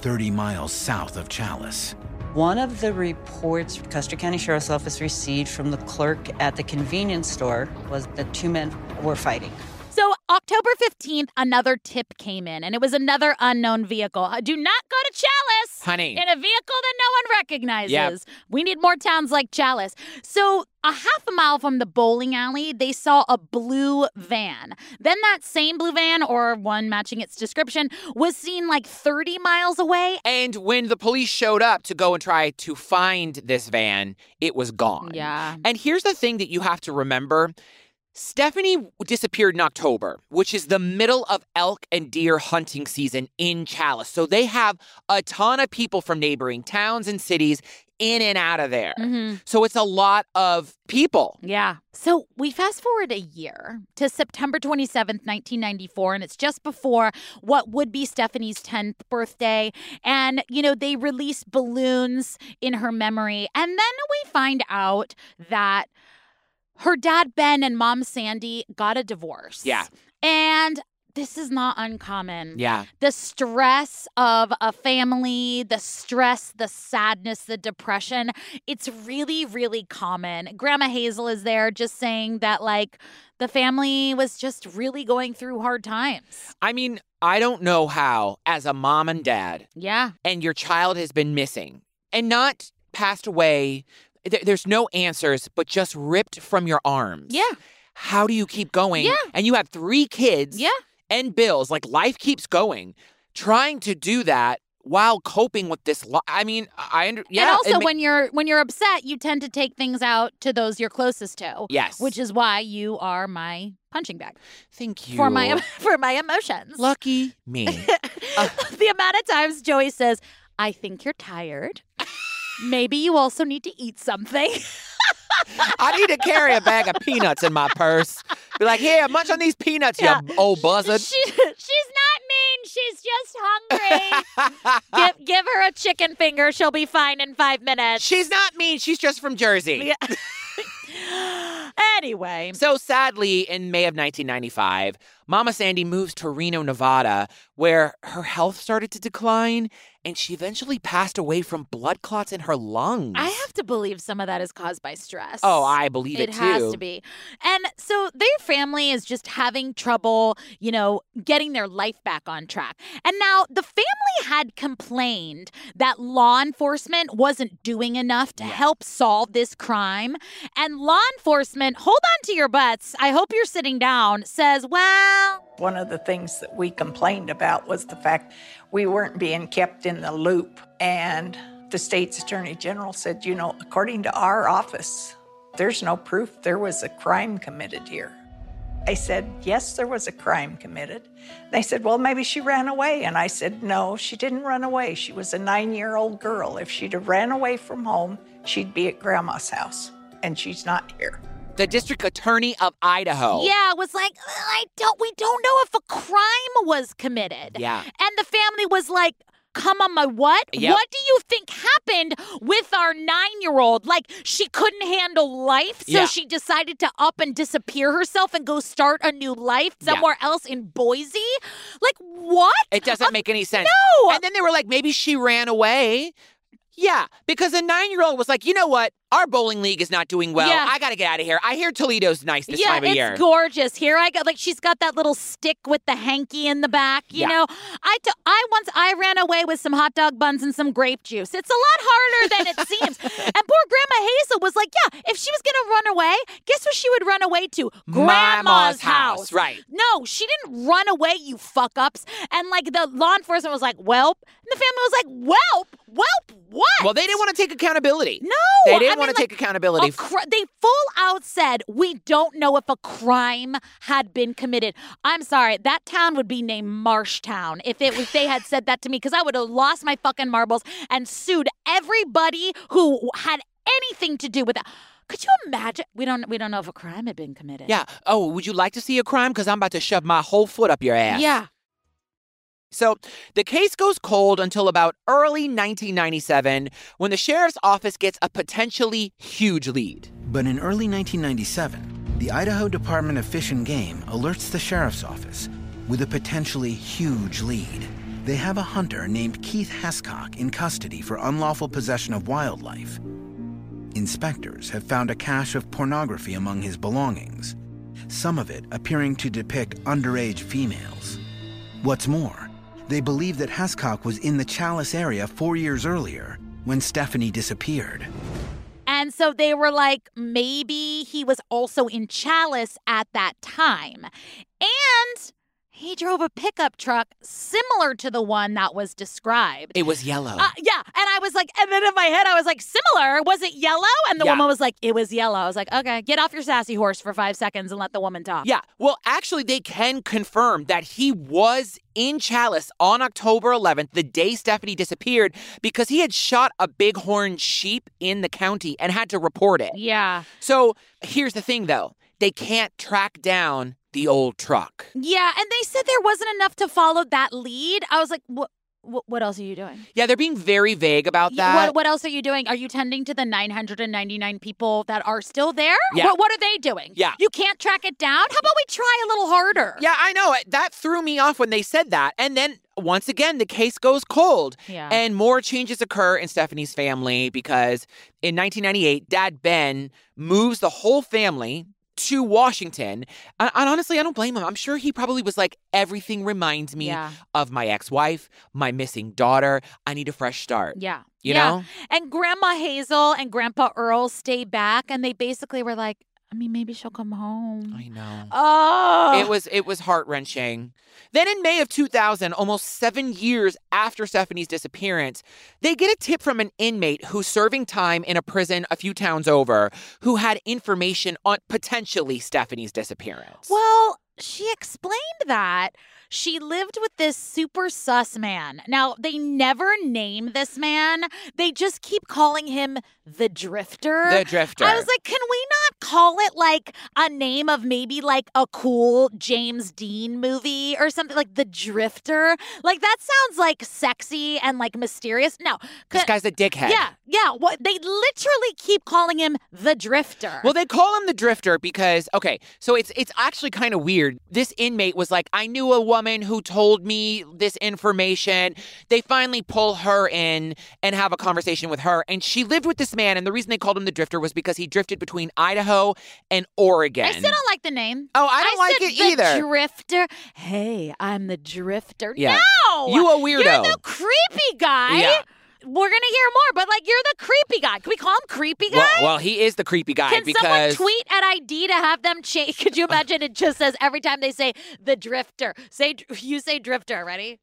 Speaker 4: 30 miles south of Chalice.
Speaker 10: One of the reports Custer County Sheriff's Office received from the clerk at the convenience store was that two men were fighting.
Speaker 1: So, October 15th, another tip came in, and it was another unknown vehicle. Uh, Do not go to Chalice,
Speaker 2: Honey.
Speaker 1: in a vehicle that no one recognizes.
Speaker 2: Yep.
Speaker 1: We need more towns like Chalice. So, a half a mile from the bowling alley, they saw a blue van. Then, that same blue van, or one matching its description, was seen like 30 miles away.
Speaker 2: And when the police showed up to go and try to find this van, it was gone.
Speaker 1: Yeah.
Speaker 2: And here's the thing that you have to remember Stephanie disappeared in October, which is the middle of elk and deer hunting season in Chalice. So they have a ton of people from neighboring towns and cities in and out of there.
Speaker 1: Mhm.
Speaker 2: So it's a lot of people.
Speaker 1: Yeah. So we fast forward a year to September 27th, 1994, and it's just before what would be Stephanie's 10th birthday. And, you know, they release balloons in her memory. And then we find out that her dad, Ben, and mom, Sandy, got a divorce.
Speaker 2: Yeah.
Speaker 1: And this is not uncommon
Speaker 2: Yeah.
Speaker 1: the stress of a family, the stress, the sadness, the depression, it's really, really common. Grandma Hazel is there just saying that, like, the family was just really going through hard times.
Speaker 2: I mean, I don't know how, as a mom and dad,
Speaker 1: Yeah.
Speaker 2: and your child has been missing and not passed away, there- there's no answers, but just ripped from your arms.
Speaker 1: Yeah.
Speaker 2: How do you keep going?
Speaker 1: Yeah.
Speaker 2: And you have three kids
Speaker 1: Yeah.
Speaker 2: and bills. Like life keeps going. Trying to do that while coping with this. Lo- I mean, I under- yeah.
Speaker 1: and also
Speaker 2: it ma-
Speaker 1: when you're when you're upset, you tend to take things out to those you're closest to.
Speaker 2: Yes.
Speaker 1: Which is why you are my punching bag
Speaker 2: Thank you.
Speaker 1: for my for my emotions.
Speaker 2: Lucky me.
Speaker 1: the amount of times Joey says, I think you're tired. Maybe you also need to eat something.
Speaker 2: I need to carry a bag of peanuts in my purse. Be like, here, munch on these peanuts,
Speaker 1: Yeah.
Speaker 2: you old buzzard.
Speaker 1: She, she's not mean. She's just hungry. give, give her a chicken finger. She'll be fine in five minutes.
Speaker 2: She's not mean. She's just from Jersey.
Speaker 1: Anyway.
Speaker 2: So sadly, in May of 1995, Mama Sandy moves to Reno, Nevada, where her health started to decline and she eventually passed away from blood clots in her lungs.
Speaker 1: I have to believe some of that is caused by stress.
Speaker 2: Oh, I believe it,
Speaker 1: it
Speaker 2: too.
Speaker 1: has to be. And so their family is just having trouble, you know, getting their life back on track. And now the family had complained that law enforcement wasn't doing enough to help solve this crime. And law enforcement, hold on to your butts. I hope you're sitting down, says, well,
Speaker 7: One of the things that we complained about was the fact we weren't being kept in the loop. And the state's attorney general said, you know, according to our office, there's no proof there was a crime committed here. I said, Yes, there was a crime committed. They said, Well, maybe she ran away. And I said, No, she didn't run away. She was a nine year old girl. If she'd have ran away from home, she'd be at grandma's house. And she's not here.
Speaker 2: The district attorney of Idaho.
Speaker 1: Yeah, it was like "Ugh, I don't. We don't know if a crime was committed.
Speaker 2: Yeah.
Speaker 1: and the family was like. Come on, my what?
Speaker 2: Yep.
Speaker 1: What do you think happened with our nine year old? Like, she couldn't handle life, so
Speaker 2: Yeah.
Speaker 1: she decided to up and disappear herself and go start a new life
Speaker 2: Yeah.
Speaker 1: somewhere else in Boise? Like, what?
Speaker 2: It doesn't make any sense.
Speaker 1: No!
Speaker 2: And then they were like, maybe she ran away. Yeah, because a nine year old was like, you know what? Our bowling league is not doing well.
Speaker 1: Yeah.
Speaker 2: I got to get out of here. I hear Toledo's nice this
Speaker 1: yeah,
Speaker 2: time of
Speaker 1: it's
Speaker 2: year.
Speaker 1: gorgeous. Here I go. Like she's got that little stick with the hanky in the back. You
Speaker 2: Yeah.
Speaker 1: know, I t- I once I ran away with some hot dog buns and some grape juice. It's a lot harder than it seems. And poor Grandma Hazel was like, yeah, if she was gonna run away, guess what she would run away to?
Speaker 2: Mama's house, right.
Speaker 1: No, she didn't run away, you fuck ups. And like the law enforcement was like, welp. And the family was like, welp, welp, what?
Speaker 2: Well, they didn't want to take accountability.
Speaker 1: No,
Speaker 2: They didn't
Speaker 1: I mean,
Speaker 2: want to
Speaker 1: like,
Speaker 2: take accountability.
Speaker 1: a cri- they full out said we don't know if a crime had been committed. I'm sorry, that town would be named Marshtown if it was they had said that to me because I would have lost my fucking marbles and sued everybody who had anything to do with that. Could you imagine? We don't we don't know if a crime had been committed.
Speaker 2: yeah. Oh, would you like to see a crime? Because I'm about to shove my whole foot up your ass.
Speaker 1: Yeah.
Speaker 2: So the case goes cold until about early 1997 when the sheriff's office gets a potentially huge lead.
Speaker 4: But in early 1997, the Idaho Department of Fish and Game alerts the sheriff's office with a potentially huge lead. They have a hunter named Keith Hascock in custody for unlawful possession of wildlife. Inspectors have found a cache of pornography among his belongings, some of it appearing to depict underage females. What's more, they believe that Hascock was in the Chalice area four years earlier when Stephanie disappeared.
Speaker 1: And so they were like, maybe he was also in Chalice at that time. And he drove a pickup truck similar to the one that was described.
Speaker 2: It was yellow.
Speaker 1: Uh, yeah. And I was like, and then in my head, I was like, similar. Was it yellow? And the
Speaker 2: Yeah.
Speaker 1: woman was like, it was yellow. I was like, okay, get off your sassy horse for five seconds and let the woman talk.
Speaker 2: Yeah. Well, actually, they can confirm that he was in Chalice on October 11th, the day Stephanie disappeared, because he had shot a bighorn sheep in the county and had to report it.
Speaker 1: Yeah.
Speaker 2: So here's the thing, though they can't track down the old truck.
Speaker 1: Yeah. And they said there wasn't enough to follow that lead. I was like, what? What what else are you doing?
Speaker 2: Yeah, they're being very vague about
Speaker 1: Y-
Speaker 2: that.
Speaker 1: What, what else are you doing? Are you tending to the 999 people that are still there?
Speaker 2: Yeah.
Speaker 1: What, what are they doing?
Speaker 2: Yeah.
Speaker 1: You can't track it down? How about we try a little harder?
Speaker 2: yeah, I know. That threw me off when they said that. And then once again, the case goes cold.
Speaker 1: Yeah.
Speaker 2: And more changes occur in Stephanie's family because in 1998, Dad Ben moves the whole family to Washington. And, and honestly, I don't blame him. I'm sure he probably was like, everything reminds me
Speaker 1: Yeah.
Speaker 2: of my ex wife, my missing daughter. I need a fresh start.
Speaker 1: Yeah.
Speaker 2: You
Speaker 1: yeah.
Speaker 2: know?
Speaker 1: And Grandma Hazel and Grandpa Earl stay back and they basically were like, I mean, maybe she'll come home.
Speaker 2: I know.
Speaker 1: Oh.
Speaker 2: It was it was heart wrenching. Then in May of 2000, almost seven years after Stephanie's disappearance, they get a tip from an inmate who's serving time in a prison a few towns over, who had information on potentially Stephanie's disappearance.
Speaker 1: Well, she explained that she lived with this super sus man. Now, they never name this man, they just keep calling him the Drifter.
Speaker 2: The Drifter.
Speaker 1: I was like, can we not call it like a name of maybe like a cool James Dean movie or something like The Drifter? Like that sounds like sexy and like mysterious. No,
Speaker 2: this guy's a dickhead.
Speaker 1: yeah, yeah. What they literally keep calling him the Drifter.
Speaker 2: Well, they call him the drifter because okay, so it's it's actually kind of weird. This inmate was like, "I knew a woman who told me this information." They finally pull her in and have a conversation with her, and she lived with this man. And the reason they called him the drifter was because he drifted between Idaho and Oregon.
Speaker 1: I still don't like the name.
Speaker 2: oh, I don't like
Speaker 1: said
Speaker 2: it
Speaker 1: the
Speaker 2: either.
Speaker 1: Drifter. Hey, I'm the Drifter.
Speaker 2: Yeah.
Speaker 1: No,
Speaker 2: you a weirdo.
Speaker 1: You're the creepy guy.
Speaker 2: Yeah.
Speaker 1: We're gonna hear more, but like you're the creepy guy. Can we call him creepy guy?
Speaker 2: well, well, he is the creepy guy
Speaker 1: Can someone
Speaker 2: because Uh.
Speaker 1: tweet at ID to have them change? Could you imagine it just says every time they say the Drifter, say you say Drifter. Ready?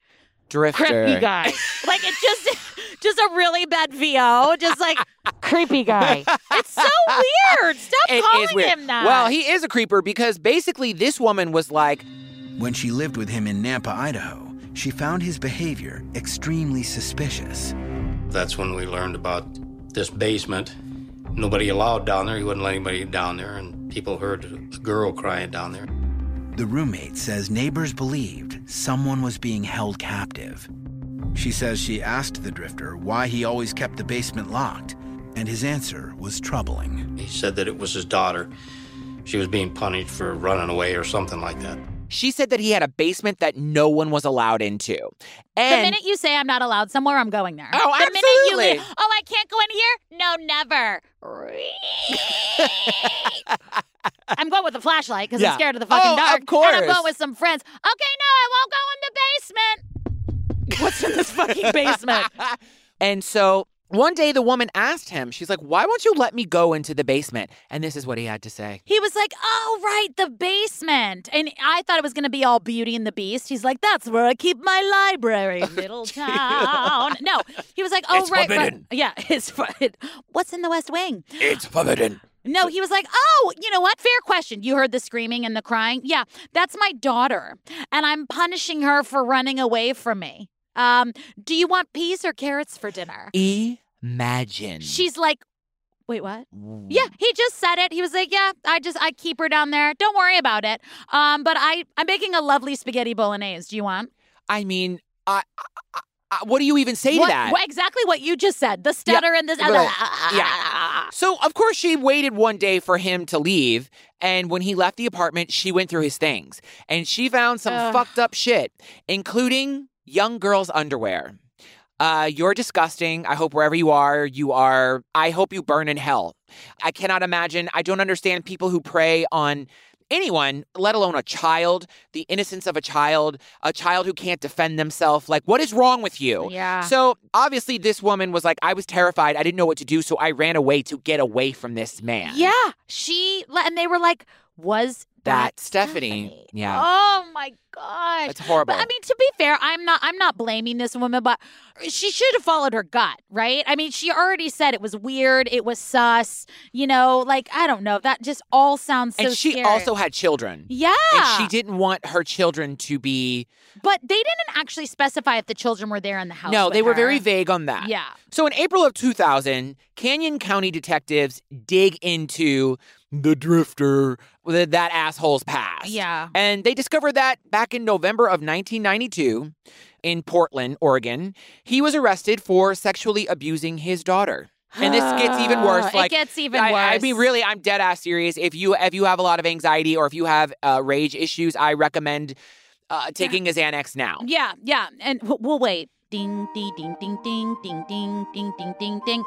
Speaker 2: drifter.
Speaker 1: creepy guy. like it just just a really bad VO, just like creepy guy. It's so weird. Stop
Speaker 2: It is
Speaker 1: calling
Speaker 2: weird.
Speaker 1: him that.
Speaker 2: Well, he is a creeper because basically this woman was like,
Speaker 4: When she lived with him in Nampa, Idaho, she found his behavior extremely suspicious.
Speaker 11: That's when we learned about this basement. Nobody allowed down there. He wouldn't let anybody down there, and people heard a girl crying down there.
Speaker 4: The roommate says neighbors believed someone was being held captive. She says she asked the drifter why he always kept the basement locked, and his answer was troubling.
Speaker 11: He said that it was his daughter. She was being punished for running away or something like that.
Speaker 2: she said that he had a basement that no one was allowed into.
Speaker 1: the
Speaker 2: And
Speaker 1: minute you say I'm not allowed somewhere, I'm going there.
Speaker 2: Oh,
Speaker 1: The minute you leave,
Speaker 2: absolutely.
Speaker 1: oh, I can't go in here? No, never. I'm going with a flashlight because
Speaker 2: Yeah.
Speaker 1: I'm scared of the fucking
Speaker 2: Oh,
Speaker 1: dark.
Speaker 2: of
Speaker 1: And
Speaker 2: course.
Speaker 1: I'm going with some friends. Okay, no, I won't go in the basement. What's in this fucking basement?
Speaker 2: and so one day the woman asked him, she's like, "Why won't you let me go into the basement?" And this is what he had to say.
Speaker 1: He was like, "Oh right, the basement," and I thought it was gonna be all Beauty and the Beast. He's like, "That's where I keep my library, little town." No, he was like,
Speaker 12: Oh,
Speaker 1: "Oh
Speaker 12: It's
Speaker 1: right, right."
Speaker 12: forbidden.
Speaker 1: yeah, it's forbidden. What's in the West Wing?
Speaker 12: It's forbidden.
Speaker 1: No, he was like, "Oh, you know what? Fair question. You heard the screaming and the crying. Yeah, that's my daughter, and I'm punishing her for running away from me. Um, do you want peas or carrots for dinner?"
Speaker 12: Mm.
Speaker 2: Imagine.
Speaker 1: She's like, wait, what? Yeah, he just said it. He was like, yeah, I just I keep her down there. Don't worry about it. Um, but I I'm making a lovely spaghetti bolognese. Do you want?
Speaker 2: I mean, I, I- I- what do you even say
Speaker 1: What-
Speaker 2: to that?
Speaker 1: what- exactly what you just said. The stutter and this.
Speaker 2: yeah. So of course she waited one day for him to leave, and when he left the apartment, she went through his things, and she found some
Speaker 1: Ugh.
Speaker 2: fucked up shit, including young girls' underwear. Uh, you're disgusting. I hope wherever you are, you are. I hope you burn in hell. I cannot imagine. I don't understand people who prey on anyone, let alone a child, the innocence of a child, a child who can't defend themselves. Like, what is wrong with you?
Speaker 1: Yeah.
Speaker 2: So obviously, this woman was like, I was terrified. I didn't know what to do. So I ran away to get away from this man.
Speaker 1: Yeah. She and they were like, was
Speaker 2: That Stephanie. Yeah.
Speaker 1: Oh my gosh.
Speaker 2: It's horrible.
Speaker 1: But I mean, to be fair, I'm not I'm not blaming this woman, but she should have followed her gut, right? I mean, she already said it was weird, it was sus, you know, like I don't know. That just all sounds so
Speaker 2: and she
Speaker 1: scary.
Speaker 2: also had children.
Speaker 1: Yeah.
Speaker 2: And she didn't want her children to be.
Speaker 1: But they didn't actually specify if the children were there in the house.
Speaker 2: No,
Speaker 1: with
Speaker 2: they were
Speaker 1: her.
Speaker 2: very vague on that.
Speaker 1: Yeah.
Speaker 2: So in April of 2000, Canyon County detectives dig into the drifter, th- that asshole's past.
Speaker 1: Yeah.
Speaker 2: And they discovered that back in November of 1992 in Portland, Oregon, he was arrested for sexually abusing his daughter. And this gets even worse.
Speaker 1: It
Speaker 2: Like
Speaker 1: gets even
Speaker 2: I, I
Speaker 1: worse.
Speaker 2: mean, really, I'm dead ass serious. If you if you have a lot of anxiety or if you have uh, rage issues, I recommend uh, taking his Xanax now.
Speaker 1: Yeah, yeah. And w- we'll wait. Ding ding ding ding ding ding ding ding ding ding ding.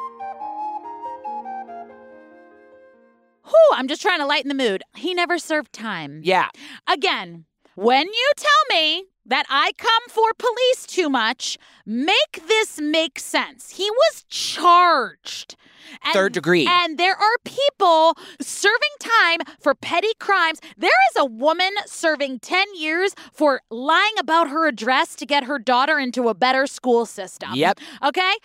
Speaker 1: Whew, I'm just trying to lighten the mood. He never served time.
Speaker 2: Yeah.
Speaker 1: Again, when you tell me that I come for police too much, make this make sense. He was charged. And-
Speaker 2: Third degree.
Speaker 1: And there are people serving time for petty crimes. There is a woman serving 10 years for lying about her address to get her daughter into a better school system.
Speaker 2: Yep.
Speaker 1: Okay? I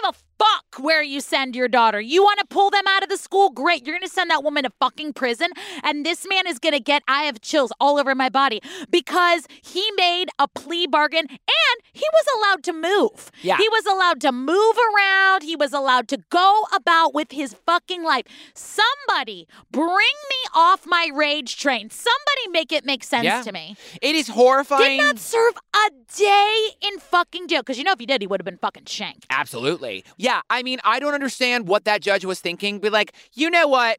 Speaker 1: don't give a fuck where you send your daughter. You want to pull them out of the school? Great. You're going to send that woman to fucking prison. And this man is going to get, I have chills all over my body because he made a plea bargain and he was allowed to move.
Speaker 2: Yeah.
Speaker 1: He was allowed to move around. He was allowed to go about with his fucking life. Somebody bring me off my rage train. Somebody make it make sense
Speaker 2: Yeah.
Speaker 1: to me.
Speaker 2: It is horrifying.
Speaker 1: Did not serve a day in fucking jail. Because you know, if he did, he would have been fucking shanked.
Speaker 2: Absolutely. Yeah. I mean, I don't understand what that judge was thinking. Be like, you know what?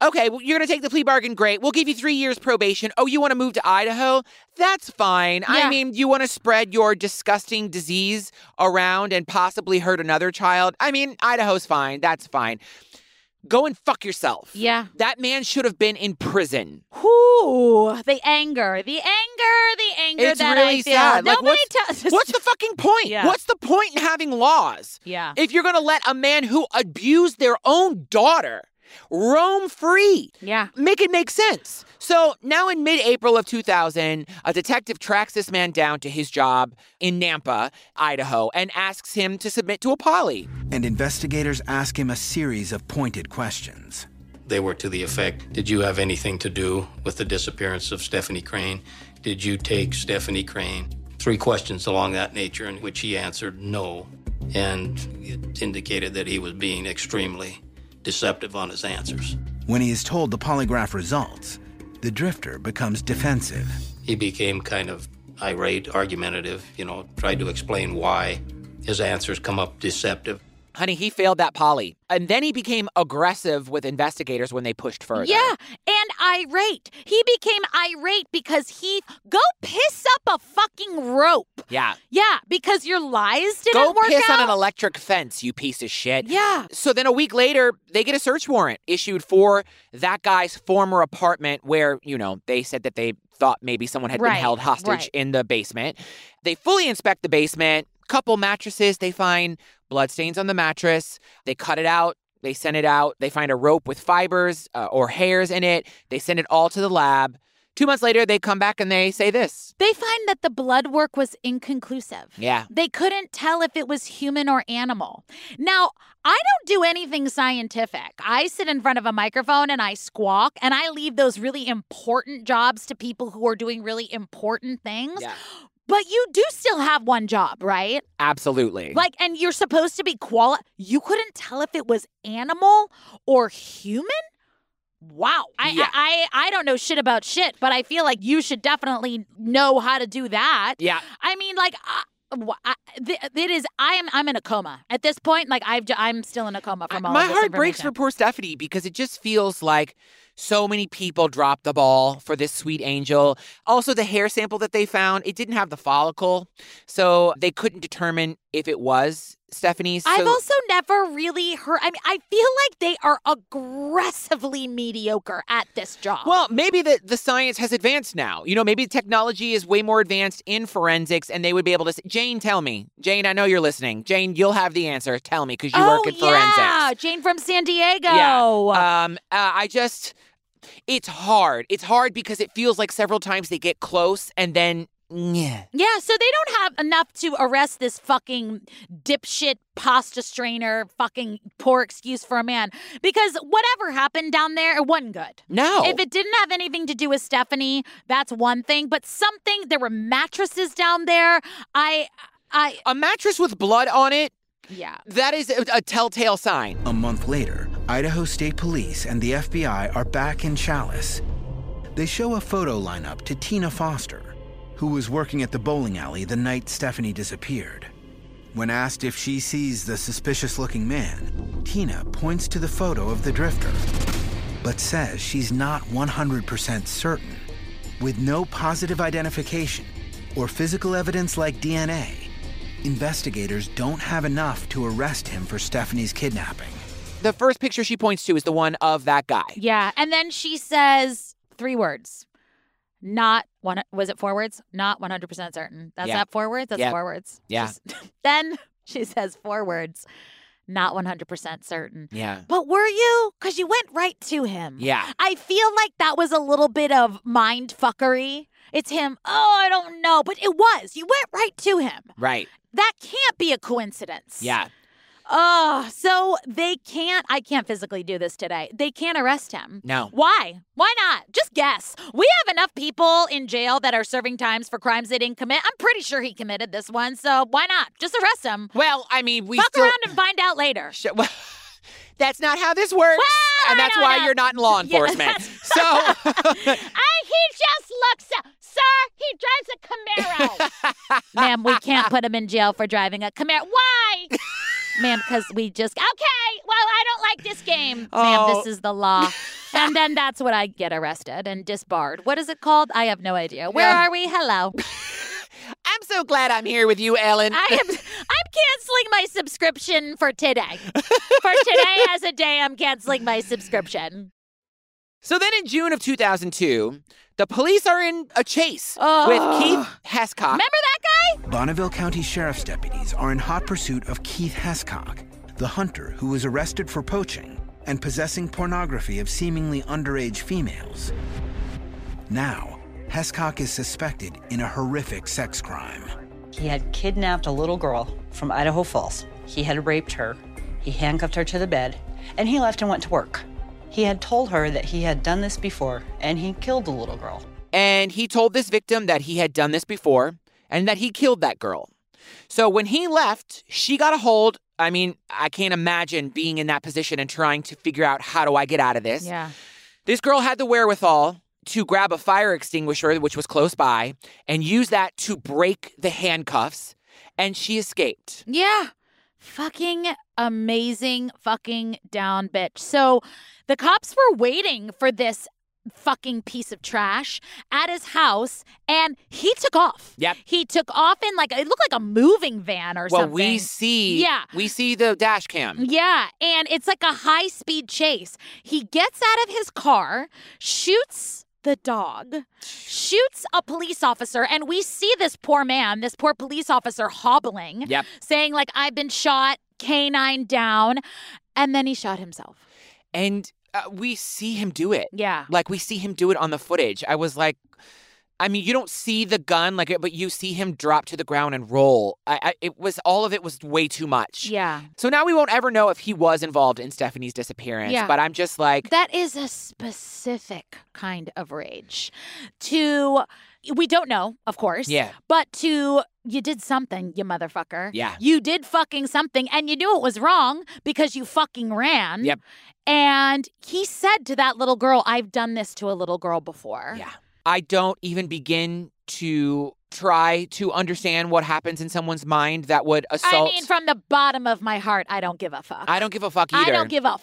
Speaker 2: Okay, well, you're going to take the plea bargain. Great. We'll give you three years probation. Oh, you want to move to Idaho? That's fine.
Speaker 1: Yeah.
Speaker 2: I mean, you want to spread your disgusting disease around and possibly hurt another child? I mean, Idaho's fine. That's fine. Go and fuck yourself.
Speaker 1: Yeah.
Speaker 2: That man should have been in prison.
Speaker 1: Whoo, the anger, the anger, the anger
Speaker 2: It's
Speaker 1: that
Speaker 2: really
Speaker 1: I feel.
Speaker 2: sad. Like,
Speaker 1: Nobody
Speaker 2: what's-
Speaker 1: tells.
Speaker 2: what's the fucking point?
Speaker 1: Yeah.
Speaker 2: What's the point in having laws?
Speaker 1: yeah.
Speaker 2: If you're going to let a man who abused their own daughter roam free.
Speaker 5: Yeah.
Speaker 2: Make it make sense. So now in mid April of 2000, a detective tracks this man down to his job in Nampa, Idaho, and asks him to submit to a poly.
Speaker 4: And investigators ask him a series of pointed questions.
Speaker 11: They were to the effect Did you have anything to do with the disappearance of Stephanie Crane? Did you take Stephanie Crane? Three questions along that nature, in which he answered no. And it indicated that he was being extremely deceptive on his answers.
Speaker 4: When he is told the polygraph results, the drifter becomes defensive.
Speaker 11: He became kind of irate, argumentative, you know, tried to explain why his answers come up deceptive.
Speaker 2: Honey, he failed that poly. And then he became aggressive with investigators when they pushed further.
Speaker 1: Yeah, and irate. He became irate because he go piss up a fucking rope.
Speaker 2: Yeah.
Speaker 1: Yeah, because your lies didn't
Speaker 2: Go
Speaker 1: work
Speaker 2: piss
Speaker 1: out.
Speaker 2: on an electric fence, you piece of shit.
Speaker 1: Yeah.
Speaker 2: So then a week later, they get a search warrant issued for that guy's former apartment where, you know, they said that they thought maybe someone had
Speaker 1: Right,
Speaker 2: been held hostage
Speaker 1: right.
Speaker 2: in the basement. They fully inspect the basement, couple mattresses, they find bloodstains on the mattress. They cut it out, they send it out, they find a rope with fibers uh, or hairs in it. They send it all to the lab. 2 months later, they come back and they say this.
Speaker 1: they find that the blood work was inconclusive.
Speaker 2: Yeah.
Speaker 1: They couldn't tell if it was human or animal. Now, I don't do anything scientific. I sit in front of a microphone and I squawk and I leave those really important jobs to people who are doing really important things.
Speaker 2: Yeah.
Speaker 1: But you do still have one job, right?
Speaker 2: Absolutely.
Speaker 1: Like, and you're supposed to be quali. You couldn't tell if it was animal or human. Wow, I,
Speaker 2: Yeah.
Speaker 1: I I I don't know shit about shit, but I feel like you should definitely know how to do that.
Speaker 2: Yeah.
Speaker 1: I mean, like. I, wh- I, th- it is. I am. I'm in a coma at this point. Like I've. j- I'm still in a coma from all.
Speaker 2: My
Speaker 1: of this
Speaker 2: heart breaks for
Speaker 1: information.
Speaker 2: poor Stephanie because it just feels like so many people dropped the ball for this sweet angel. Also, the hair sample that they found, it didn't have the follicle. So they couldn't determine if it was Stephanie's.
Speaker 1: I've
Speaker 2: so-
Speaker 1: also never really heard. I mean, I feel like they are aggressively mediocre at this job.
Speaker 2: Well, maybe the, the science has advanced now. You know, maybe technology is way more advanced in forensics and they would be able to say, Jane, tell me. Jane, I know you're listening. Jane, you'll have the answer. Tell me because you
Speaker 1: oh
Speaker 2: work in forensics.
Speaker 1: yeah, Jane from San Diego.
Speaker 2: Yeah. Um, uh, I just, it's hard. It's hard because it feels like several times they get close and then, yeah.
Speaker 1: Yeah, so they don't have enough to arrest this fucking dipshit pasta strainer, fucking poor excuse for a man. Because whatever happened down there, it wasn't good.
Speaker 2: No.
Speaker 1: If it didn't have anything to do with Stephanie, that's one thing. But something, there were mattresses down there. I, I,
Speaker 2: A mattress with blood on it,
Speaker 1: yeah.
Speaker 2: that is a, a telltale sign.
Speaker 4: A month later, Idaho State Police and the FBI are back in Chalice. They show a photo lineup to Tina Foster, who was working at the bowling alley the night Stephanie disappeared. When asked if she sees the suspicious looking man, Tina points to the photo of the drifter, but says she's not 100% certain. With no positive identification or physical evidence like DNA, investigators don't have enough to arrest him for Stephanie's kidnapping.
Speaker 2: The first picture she points to is the one of that guy.
Speaker 1: Yeah. And then she says three words. Not one, was it four words? Not 100% certain. That's
Speaker 2: Yeah.
Speaker 1: not four words. That's
Speaker 2: Yeah.
Speaker 1: four words.
Speaker 2: Yeah.
Speaker 1: Then she says four words. Not 100% certain.
Speaker 2: yeah.
Speaker 1: But were you? Because you went right to him.
Speaker 2: Yeah.
Speaker 1: I feel like that was a little bit of mind fuckery. It's him. Oh, I don't know. But it was. You went right to him.
Speaker 2: Right.
Speaker 1: That can't be a coincidence.
Speaker 2: Yeah.
Speaker 1: Oh, so they can't. I can't physically do this today. They can't arrest him.
Speaker 2: No.
Speaker 1: Why? Why not? Just guess. We have enough people in jail that are serving times for crimes they didn't commit. I'm pretty sure he committed this one, so why not? Just arrest him.
Speaker 2: Well, I mean, we
Speaker 1: Fuck
Speaker 2: still.
Speaker 1: around and find out later.
Speaker 2: Sh- well, that's not how this works.
Speaker 1: Well,
Speaker 2: and
Speaker 1: I
Speaker 2: that's
Speaker 1: don't
Speaker 2: why
Speaker 1: know.
Speaker 2: you're not in law
Speaker 1: Yeah,
Speaker 2: enforcement.
Speaker 1: that's-
Speaker 2: so.
Speaker 1: I, he just looks, a- sir. He drives a Camaro. Ma'am, we can't put him in jail for driving a Camaro. Why? Ma'am, because we just okay. Well, I don't like this game. Ma'am, this
Speaker 2: Oh.
Speaker 1: is the law. and then that's what I get arrested and disbarred. What is it called? I have no idea. Where
Speaker 2: Yeah.
Speaker 1: are we? Hello.
Speaker 2: I'm so glad I'm here with you, Ellen.
Speaker 1: I am. I'm canceling my subscription for today. For today as a day, I'm canceling my subscription.
Speaker 2: So then in June of 2002, the police are in a chase with Keith Hescock.
Speaker 1: Oh. Remember that guy?
Speaker 4: Bonneville County Sheriff's deputies are in hot pursuit of Keith Hescock, the hunter who was arrested for poaching and possessing pornography of seemingly underage females. Now, Hescock is suspected in a horrific sex crime.
Speaker 10: He had kidnapped a little girl from Idaho Falls. He had raped her. He handcuffed her to the bed, and he left and went to work. He had told her that he had done this before, and he killed the little girl.
Speaker 2: And he told this victim that he had done this before and that he killed that girl. So when he left, she got a hold. I mean, I can't imagine being in that position and trying to figure out how do I get out of this.
Speaker 1: Yeah.
Speaker 2: This girl had the wherewithal to grab a fire extinguisher, which was close by, and use that to break the handcuffs, and she escaped.
Speaker 1: Yeah. Fucking amazing fucking down bitch. So the cops were waiting for this fucking piece of trash at his house and he took off.
Speaker 2: Yep.
Speaker 1: He took off in like it looked like a moving van or
Speaker 2: well,
Speaker 1: something.
Speaker 2: we see.
Speaker 1: Yeah.
Speaker 2: We see the dash cam.
Speaker 1: Yeah, and it's like a high speed chase. He gets out of his car, shoots the dog, shoots a police officer, and we see this poor man, this poor police officer hobbling,
Speaker 2: Yep.
Speaker 1: saying, like, I've been shot, canine down. And then he shot himself.
Speaker 2: And uh, we see him do it.
Speaker 1: Yeah.
Speaker 2: Like we see him do it on the footage. I was like, I mean, you don't see the gun, like, but you see him drop to the ground and roll. I, I, it was all of it was way too much.
Speaker 1: Yeah.
Speaker 2: So now we won't ever know if he was involved in Stephanie's disappearance.
Speaker 1: Yeah.
Speaker 2: But I'm just like,
Speaker 1: That is a specific kind of rage. To, we don't know, of course.
Speaker 2: Yeah.
Speaker 1: But to, you did something, you motherfucker.
Speaker 2: Yeah.
Speaker 1: You did fucking something and you knew it was wrong because you fucking ran.
Speaker 2: Yep.
Speaker 1: And he said to that little girl, I've done this to a little girl before.
Speaker 2: Yeah. I don't even begin to try to understand what happens in someone's mind that would assault.
Speaker 1: I mean, from the bottom of my heart, I don't give a fuck.
Speaker 2: I don't give a fuck either.
Speaker 1: I don't give a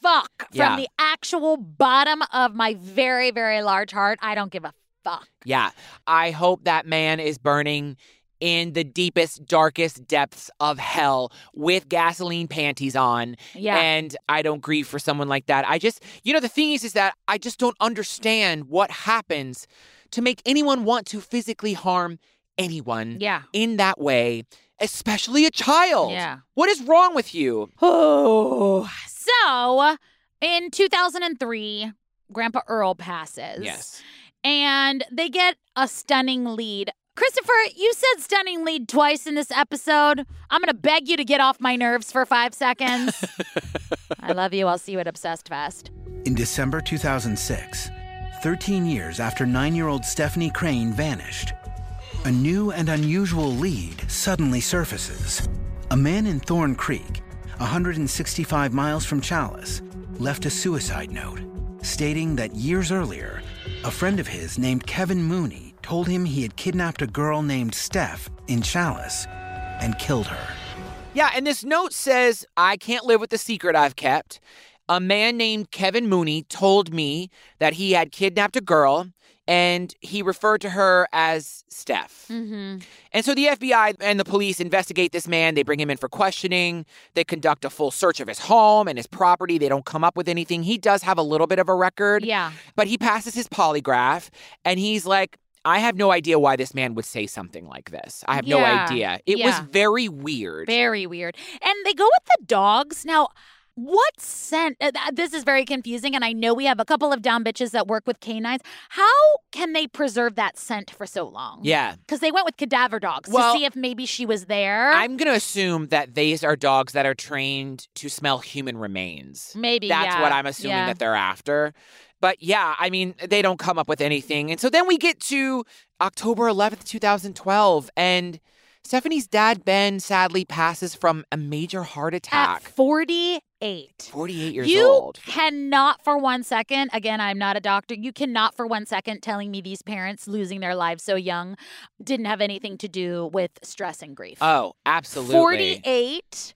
Speaker 1: fuck. From
Speaker 2: Yeah.
Speaker 1: the actual bottom of my very, very large heart, I don't give a fuck.
Speaker 2: Yeah. I hope that man is burning in the deepest, darkest depths of hell with gasoline panties on.
Speaker 1: Yeah.
Speaker 2: And I don't grieve for someone like that. I just, you know, the thing is, is that I just don't understand what happens to make anyone want to physically harm anyone
Speaker 1: Yeah.
Speaker 2: in that way, especially a child.
Speaker 1: Yeah.
Speaker 2: What is wrong with you?
Speaker 1: Oh. So, in 2003, Grandpa Earl passes.
Speaker 2: Yes.
Speaker 1: And they get a stunning lead. Christopher, you said stunning lead twice in this episode. I'm going to beg you to get off my nerves for five seconds. I love you. I'll see you at Obsessed Fest.
Speaker 4: In December 2006, 13 years after nine year old Stephanie Crane vanished, a new and unusual lead suddenly surfaces. A man in Thorn Creek, 165 miles from Chalice, left a suicide note stating that years earlier, a friend of his named Kevin Mooney told him he had kidnapped a girl named Steph in Chalice and killed her.
Speaker 2: Yeah, and this note says, I can't live with the secret I've kept. A man named Kevin Mooney told me that he had kidnapped a girl and he referred to her as Steph.
Speaker 1: Mm-hmm.
Speaker 2: And so the FBI and the police investigate this man. They bring him in for questioning. They conduct a full search of his home and his property. They don't come up with anything. He does have a little bit of a record.
Speaker 1: Yeah.
Speaker 2: But he passes his polygraph and he's like, I have no idea why this man would say something like this. I have no
Speaker 1: Yeah.
Speaker 2: idea. It was
Speaker 1: Yeah.
Speaker 2: very weird.
Speaker 1: Very weird. And they go with the dogs. Now, what scent? uh, th- This is very confusing. And I know we have a couple of down bitches that work with canines. How can they preserve that scent for so long?
Speaker 2: Yeah.
Speaker 1: Because they went with cadaver dogs
Speaker 2: Well,
Speaker 1: to see if maybe she was there.
Speaker 2: I'm going to assume that these are dogs that are trained to smell human remains.
Speaker 1: Maybe,
Speaker 2: That's
Speaker 1: yeah.
Speaker 2: what I'm assuming
Speaker 1: Yeah.
Speaker 2: that they're after. But yeah, I mean, they don't come up with anything. And so then we get to October 11th, 2012, and Stephanie's dad, Ben, sadly passes from a major heart
Speaker 1: at
Speaker 2: attack.
Speaker 1: 48.
Speaker 2: 48 years
Speaker 1: you
Speaker 2: old.
Speaker 1: cannot for one second again i'm not a doctor you cannot for one second telling me these parents losing their lives so young didn't have anything to do with stress and grief
Speaker 2: Oh, absolutely.
Speaker 1: 48.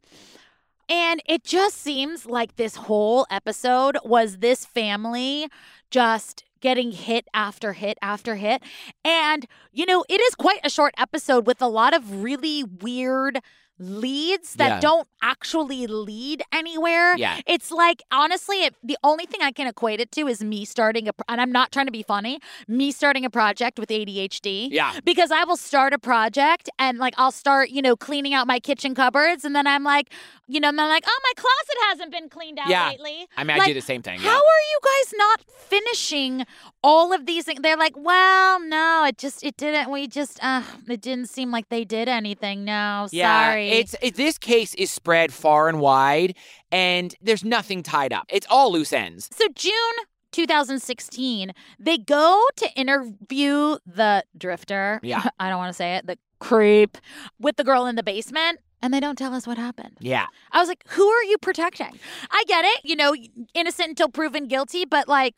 Speaker 1: And it just seems like this whole episode was this family just getting hit after hit after hit. And, you know, it is quite a short episode with a lot of really weird leads that
Speaker 2: Yeah.
Speaker 1: don't actually lead anywhere.
Speaker 2: Yeah.
Speaker 1: It's like, honestly, it, the only thing I can equate it to is me starting a, pro- and I'm not trying to be funny, me starting a project with ADHD.
Speaker 2: Yeah.
Speaker 1: Because I will start a project and like I'll start, you know, cleaning out my kitchen cupboards. And then I'm like, you know, and then I'm like, oh, my closet hasn't been cleaned out
Speaker 2: yeah.
Speaker 1: lately.
Speaker 2: I mean, I
Speaker 1: Like,
Speaker 2: do the same thing.
Speaker 1: how are you guys not finishing all of these things? They're like, well, no, it just it didn't. We just uh, it didn't seem like they did anything. No,
Speaker 2: yeah,
Speaker 1: sorry.
Speaker 2: it's it, this case is spread far and wide, and there's nothing tied up. It's all loose ends.
Speaker 1: so June 2016. They go to interview the drifter.
Speaker 2: Yeah.
Speaker 1: I don't want to say it. The creep with the girl in the basement, and they don't tell us what happened.
Speaker 2: Yeah.
Speaker 1: I was like, who are you protecting? I get it. You know, innocent until proven guilty, but like,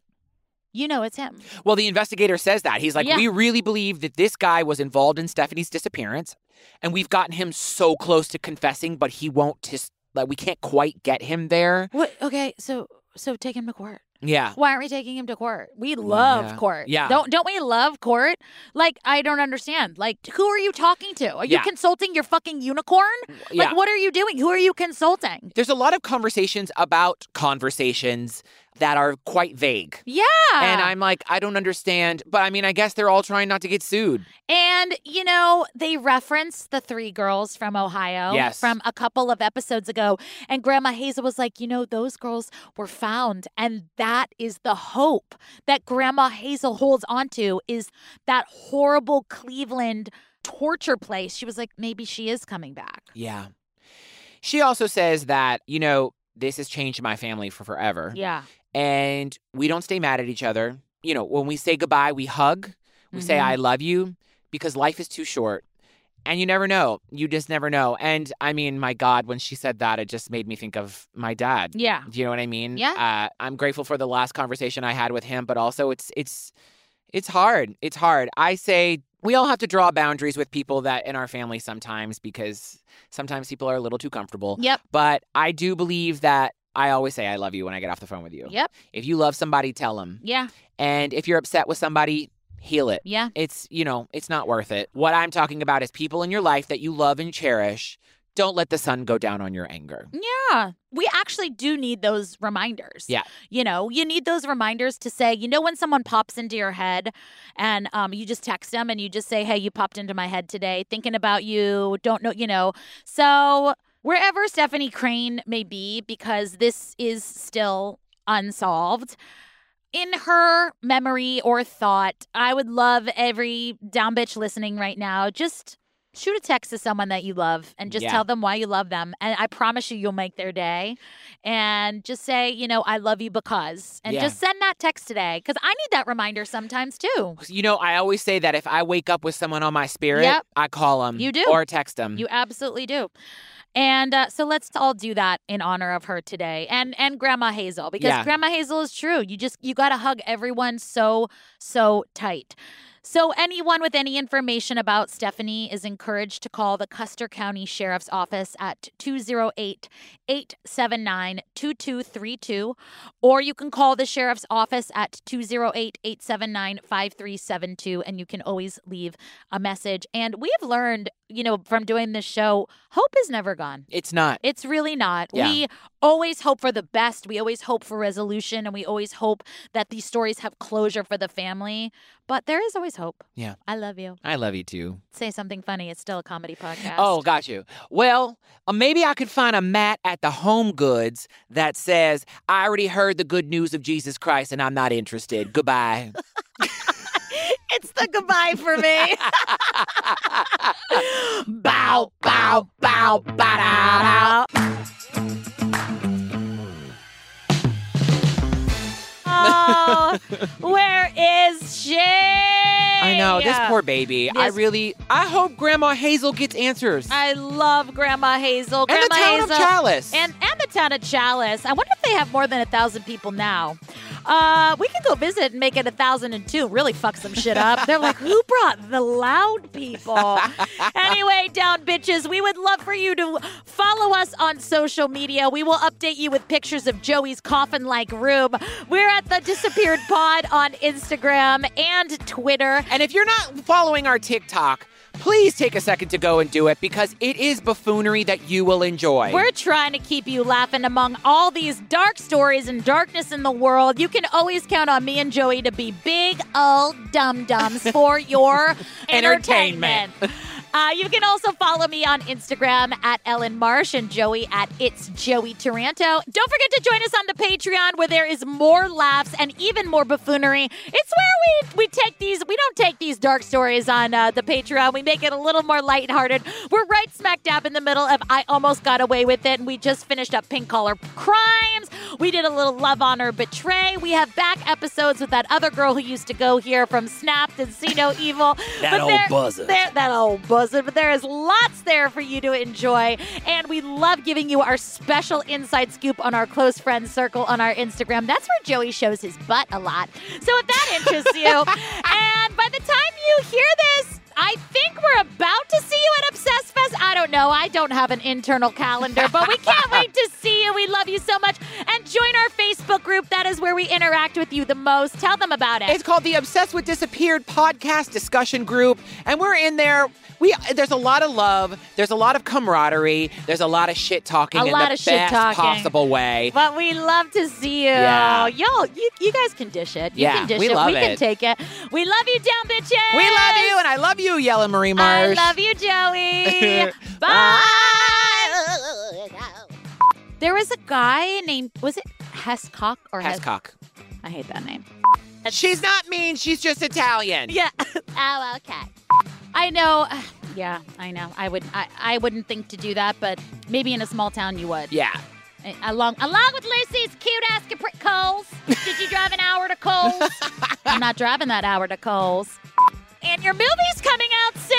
Speaker 1: you know, it's him.
Speaker 2: Well, the investigator says that. He's like,
Speaker 1: Yeah.
Speaker 2: we really believe that this guy was involved in Stephanie's disappearance, and we've gotten him so close to confessing, but he won't just like we can't quite get him there.
Speaker 1: What? Okay, so so take him to court.
Speaker 2: Yeah.
Speaker 1: Why aren't we taking him to court? We love
Speaker 2: yeah.
Speaker 1: court.
Speaker 2: Yeah.
Speaker 1: Don't don't we love court? Like I don't understand. Like who are you talking to? Are
Speaker 2: Yeah.
Speaker 1: you consulting your fucking unicorn?
Speaker 2: yeah.
Speaker 1: Like what are you doing? Who are you consulting?
Speaker 2: There's a lot of conversations about conversations that are quite vague.
Speaker 1: Yeah.
Speaker 2: And I'm like, I don't understand. But I mean, I guess they're all trying not to get sued.
Speaker 1: And you know, they reference the three girls from Ohio
Speaker 2: Yes.
Speaker 1: from a couple of episodes ago. And Grandma Hazel was like, you know, those girls were found. And that is the hope that Grandma Hazel holds onto is that horrible Cleveland torture place. She was like, maybe she is coming back.
Speaker 2: Yeah. She also says that, you know, this has changed my family for forever.
Speaker 1: Yeah.
Speaker 2: And we don't stay mad at each other. You know, when we say goodbye, we hug, we say,
Speaker 1: Mhm.
Speaker 2: I love you because life is too short. And you never know. You just never know. And I mean, my God, when she said that, it just made me think of my dad.
Speaker 1: Yeah.
Speaker 2: Do you know what I mean?
Speaker 1: Yeah.
Speaker 2: Uh, I'm grateful for the last conversation I had with him, but also it's it's it's hard. It's hard. I say we all have to draw boundaries with people that in our family sometimes because sometimes people are a little too comfortable.
Speaker 1: Yep.
Speaker 2: But I do believe that I always say I love you when I get off the phone with you.
Speaker 1: Yep.
Speaker 2: If you love somebody, tell them.
Speaker 1: Yeah.
Speaker 2: And if you're upset with somebody, heal it.
Speaker 1: Yeah.
Speaker 2: It's, you know, it's not worth it. What I'm talking about is people in your life that you love and cherish. Don't let the sun go down on your anger.
Speaker 1: Yeah. We actually do need those reminders.
Speaker 2: Yeah.
Speaker 1: You know, you need those reminders to say, you know, when someone pops into your head and um, you just text them and you just say, hey, you popped into my head today, thinking about you, don't know, you know. So wherever Stephanie Crane may be, because this is still unsolved. In her memory or thought, I would love every down bitch listening right now. Just shoot a text to someone that you love and just
Speaker 2: Yeah.
Speaker 1: tell them why you love them. And I promise you, you'll make their day. And just say, you know, I love you because. And
Speaker 2: Yeah.
Speaker 1: just send that text today because I need that reminder sometimes too.
Speaker 2: You know, I always say that if I wake up with someone on my spirit,
Speaker 1: Yep.
Speaker 2: I call them.
Speaker 1: You do.
Speaker 2: Or text them.
Speaker 1: You absolutely do. And uh, so let's all do that in honor of her today, and and Grandma Hazel because
Speaker 2: Yeah.
Speaker 1: Grandma Hazel is true. You just you got to hug everyone so so tight. So anyone with any information about Stephanie is encouraged to call the Custer County Sheriff's Office at 208-879-2232 or you can call the sheriff's office at 208-879-5372 and you can always leave a message. And we have learned, you know, from doing this show, hope is never gone.
Speaker 2: It's not.
Speaker 1: It's really not.
Speaker 2: Yeah.
Speaker 1: We always hope for the best. We always hope for resolution and we always hope that these stories have closure for the family. But there is always hope.
Speaker 2: Yeah.
Speaker 1: I love you.
Speaker 2: I love you too.
Speaker 1: Say something funny. It's still a comedy podcast.
Speaker 2: Oh, got you. Well, uh, maybe I could find a mat at the Home Goods that says, I already heard the good news of Jesus Christ and I'm not interested. Goodbye.
Speaker 1: It's the goodbye for me. bow, bow, bow, bow, da, da. Oh, where is she? I
Speaker 2: I know, this poor baby. I
Speaker 1: This-
Speaker 2: really, I hope Grandma Hazel gets answers.
Speaker 1: I love Grandma Hazel.
Speaker 2: And the
Speaker 1: Grandma
Speaker 2: town of
Speaker 1: Hazel.
Speaker 2: Chalice.
Speaker 1: And, and the town of Chalice. I wonder if they have more than a thousand people now. Uh, we can go visit and make it a thousand and two. Really fuck some shit up. They're like, who brought the loud people? anyway, down bitches, we would love for you to follow us on social media. We will update you with pictures of Joey's coffin like room. We're at the Disappeared Pod on Instagram and Twitter.
Speaker 2: and if you're not following our TikTok, please take a second to go and do it because it is buffoonery that you will enjoy.
Speaker 1: We're trying to keep you laughing among all these dark stories and darkness in the world. You can always count on me and Joey to be big old dum dums for your entertainment.
Speaker 2: Entertainment.
Speaker 1: Uh, you can also follow me on Instagram at Ellen Marsh and Joey at It's Joey Taranto. Don't forget to join us on the Patreon where there is more laughs and even more buffoonery. It's where we, we take these, we don't take these dark stories on uh, the Patreon. We make it a little more lighthearted. We're right smack dab in the middle of I Almost Got Away With It and we just finished up Pink Collar Crimes. We did a little Love, Honor, Betray. We have back episodes with that other girl who used to go here from Snapped and See No Evil.
Speaker 12: That
Speaker 1: But
Speaker 12: old
Speaker 1: there-
Speaker 12: buzzer.
Speaker 1: there- that old buzzard, but there is lots there for you to enjoy. And we love giving you our special inside scoop on our close friends circle on our Instagram. That's where Joey shows his butt a lot. So if that interests you, and by the time you hear this, I think we're about to see you at Obsess Fest. I don't know. I don't have an internal calendar, but we can't wait to see you. We love you so much. And join our Facebook group. That is where we interact with you the most. Tell them about it.
Speaker 2: It's called the Obsessed with Disappeared podcast discussion group, and we're in there. We there's a lot of love, there's a lot of camaraderie, there's a lot of shit talking
Speaker 1: A
Speaker 2: in
Speaker 1: lot
Speaker 2: the
Speaker 1: of shit
Speaker 2: best
Speaker 1: talking.
Speaker 2: possible way.
Speaker 1: But we love to see you.
Speaker 2: Yeah.
Speaker 1: Y'all, you, you guys can dish it. You
Speaker 2: Yeah,
Speaker 1: can dish
Speaker 2: we
Speaker 1: it.
Speaker 2: love
Speaker 1: we can
Speaker 2: it.
Speaker 1: take it. We love you, down bitches.
Speaker 2: We love you, and I love you, Yellow Marie
Speaker 1: I
Speaker 2: Marsh.
Speaker 1: love you, Joey. Bye. there was a guy named, was it Hescock or Hes-
Speaker 2: Hescock.
Speaker 1: I hate that name.
Speaker 2: She's not mean. She's just Italian.
Speaker 1: Yeah. oh, okay. I know. Yeah, I know. I would. I, I wouldn't think to do that, but maybe in a small town you would.
Speaker 2: Yeah.
Speaker 1: A- Uh, Along along with Lucy's cute ass Capri Coles. Did you drive an hour to Coles? I'm not driving that hour to Coles. And your movie's coming out soon.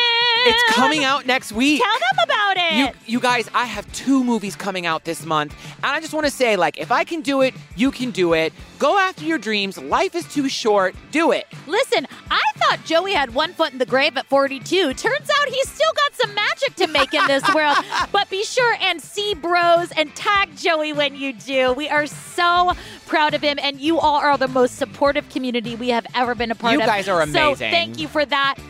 Speaker 2: It's coming out next week.
Speaker 1: Tell them about it.
Speaker 2: You, you guys, I have two movies coming out this month, and I just want to say, like, if I can do it, you can do it. Go after your dreams. Life is too short. Do it.
Speaker 1: Listen, I thought Joey had one foot in the grave at 42. Turns out he's still got some magic to make in this world. But be sure and see bros and tag Joey when you do. We are so proud of him, and you all are the most supportive community we have ever been a part
Speaker 2: You
Speaker 1: of.
Speaker 2: guys are
Speaker 1: So
Speaker 2: amazing.
Speaker 1: thank you for that.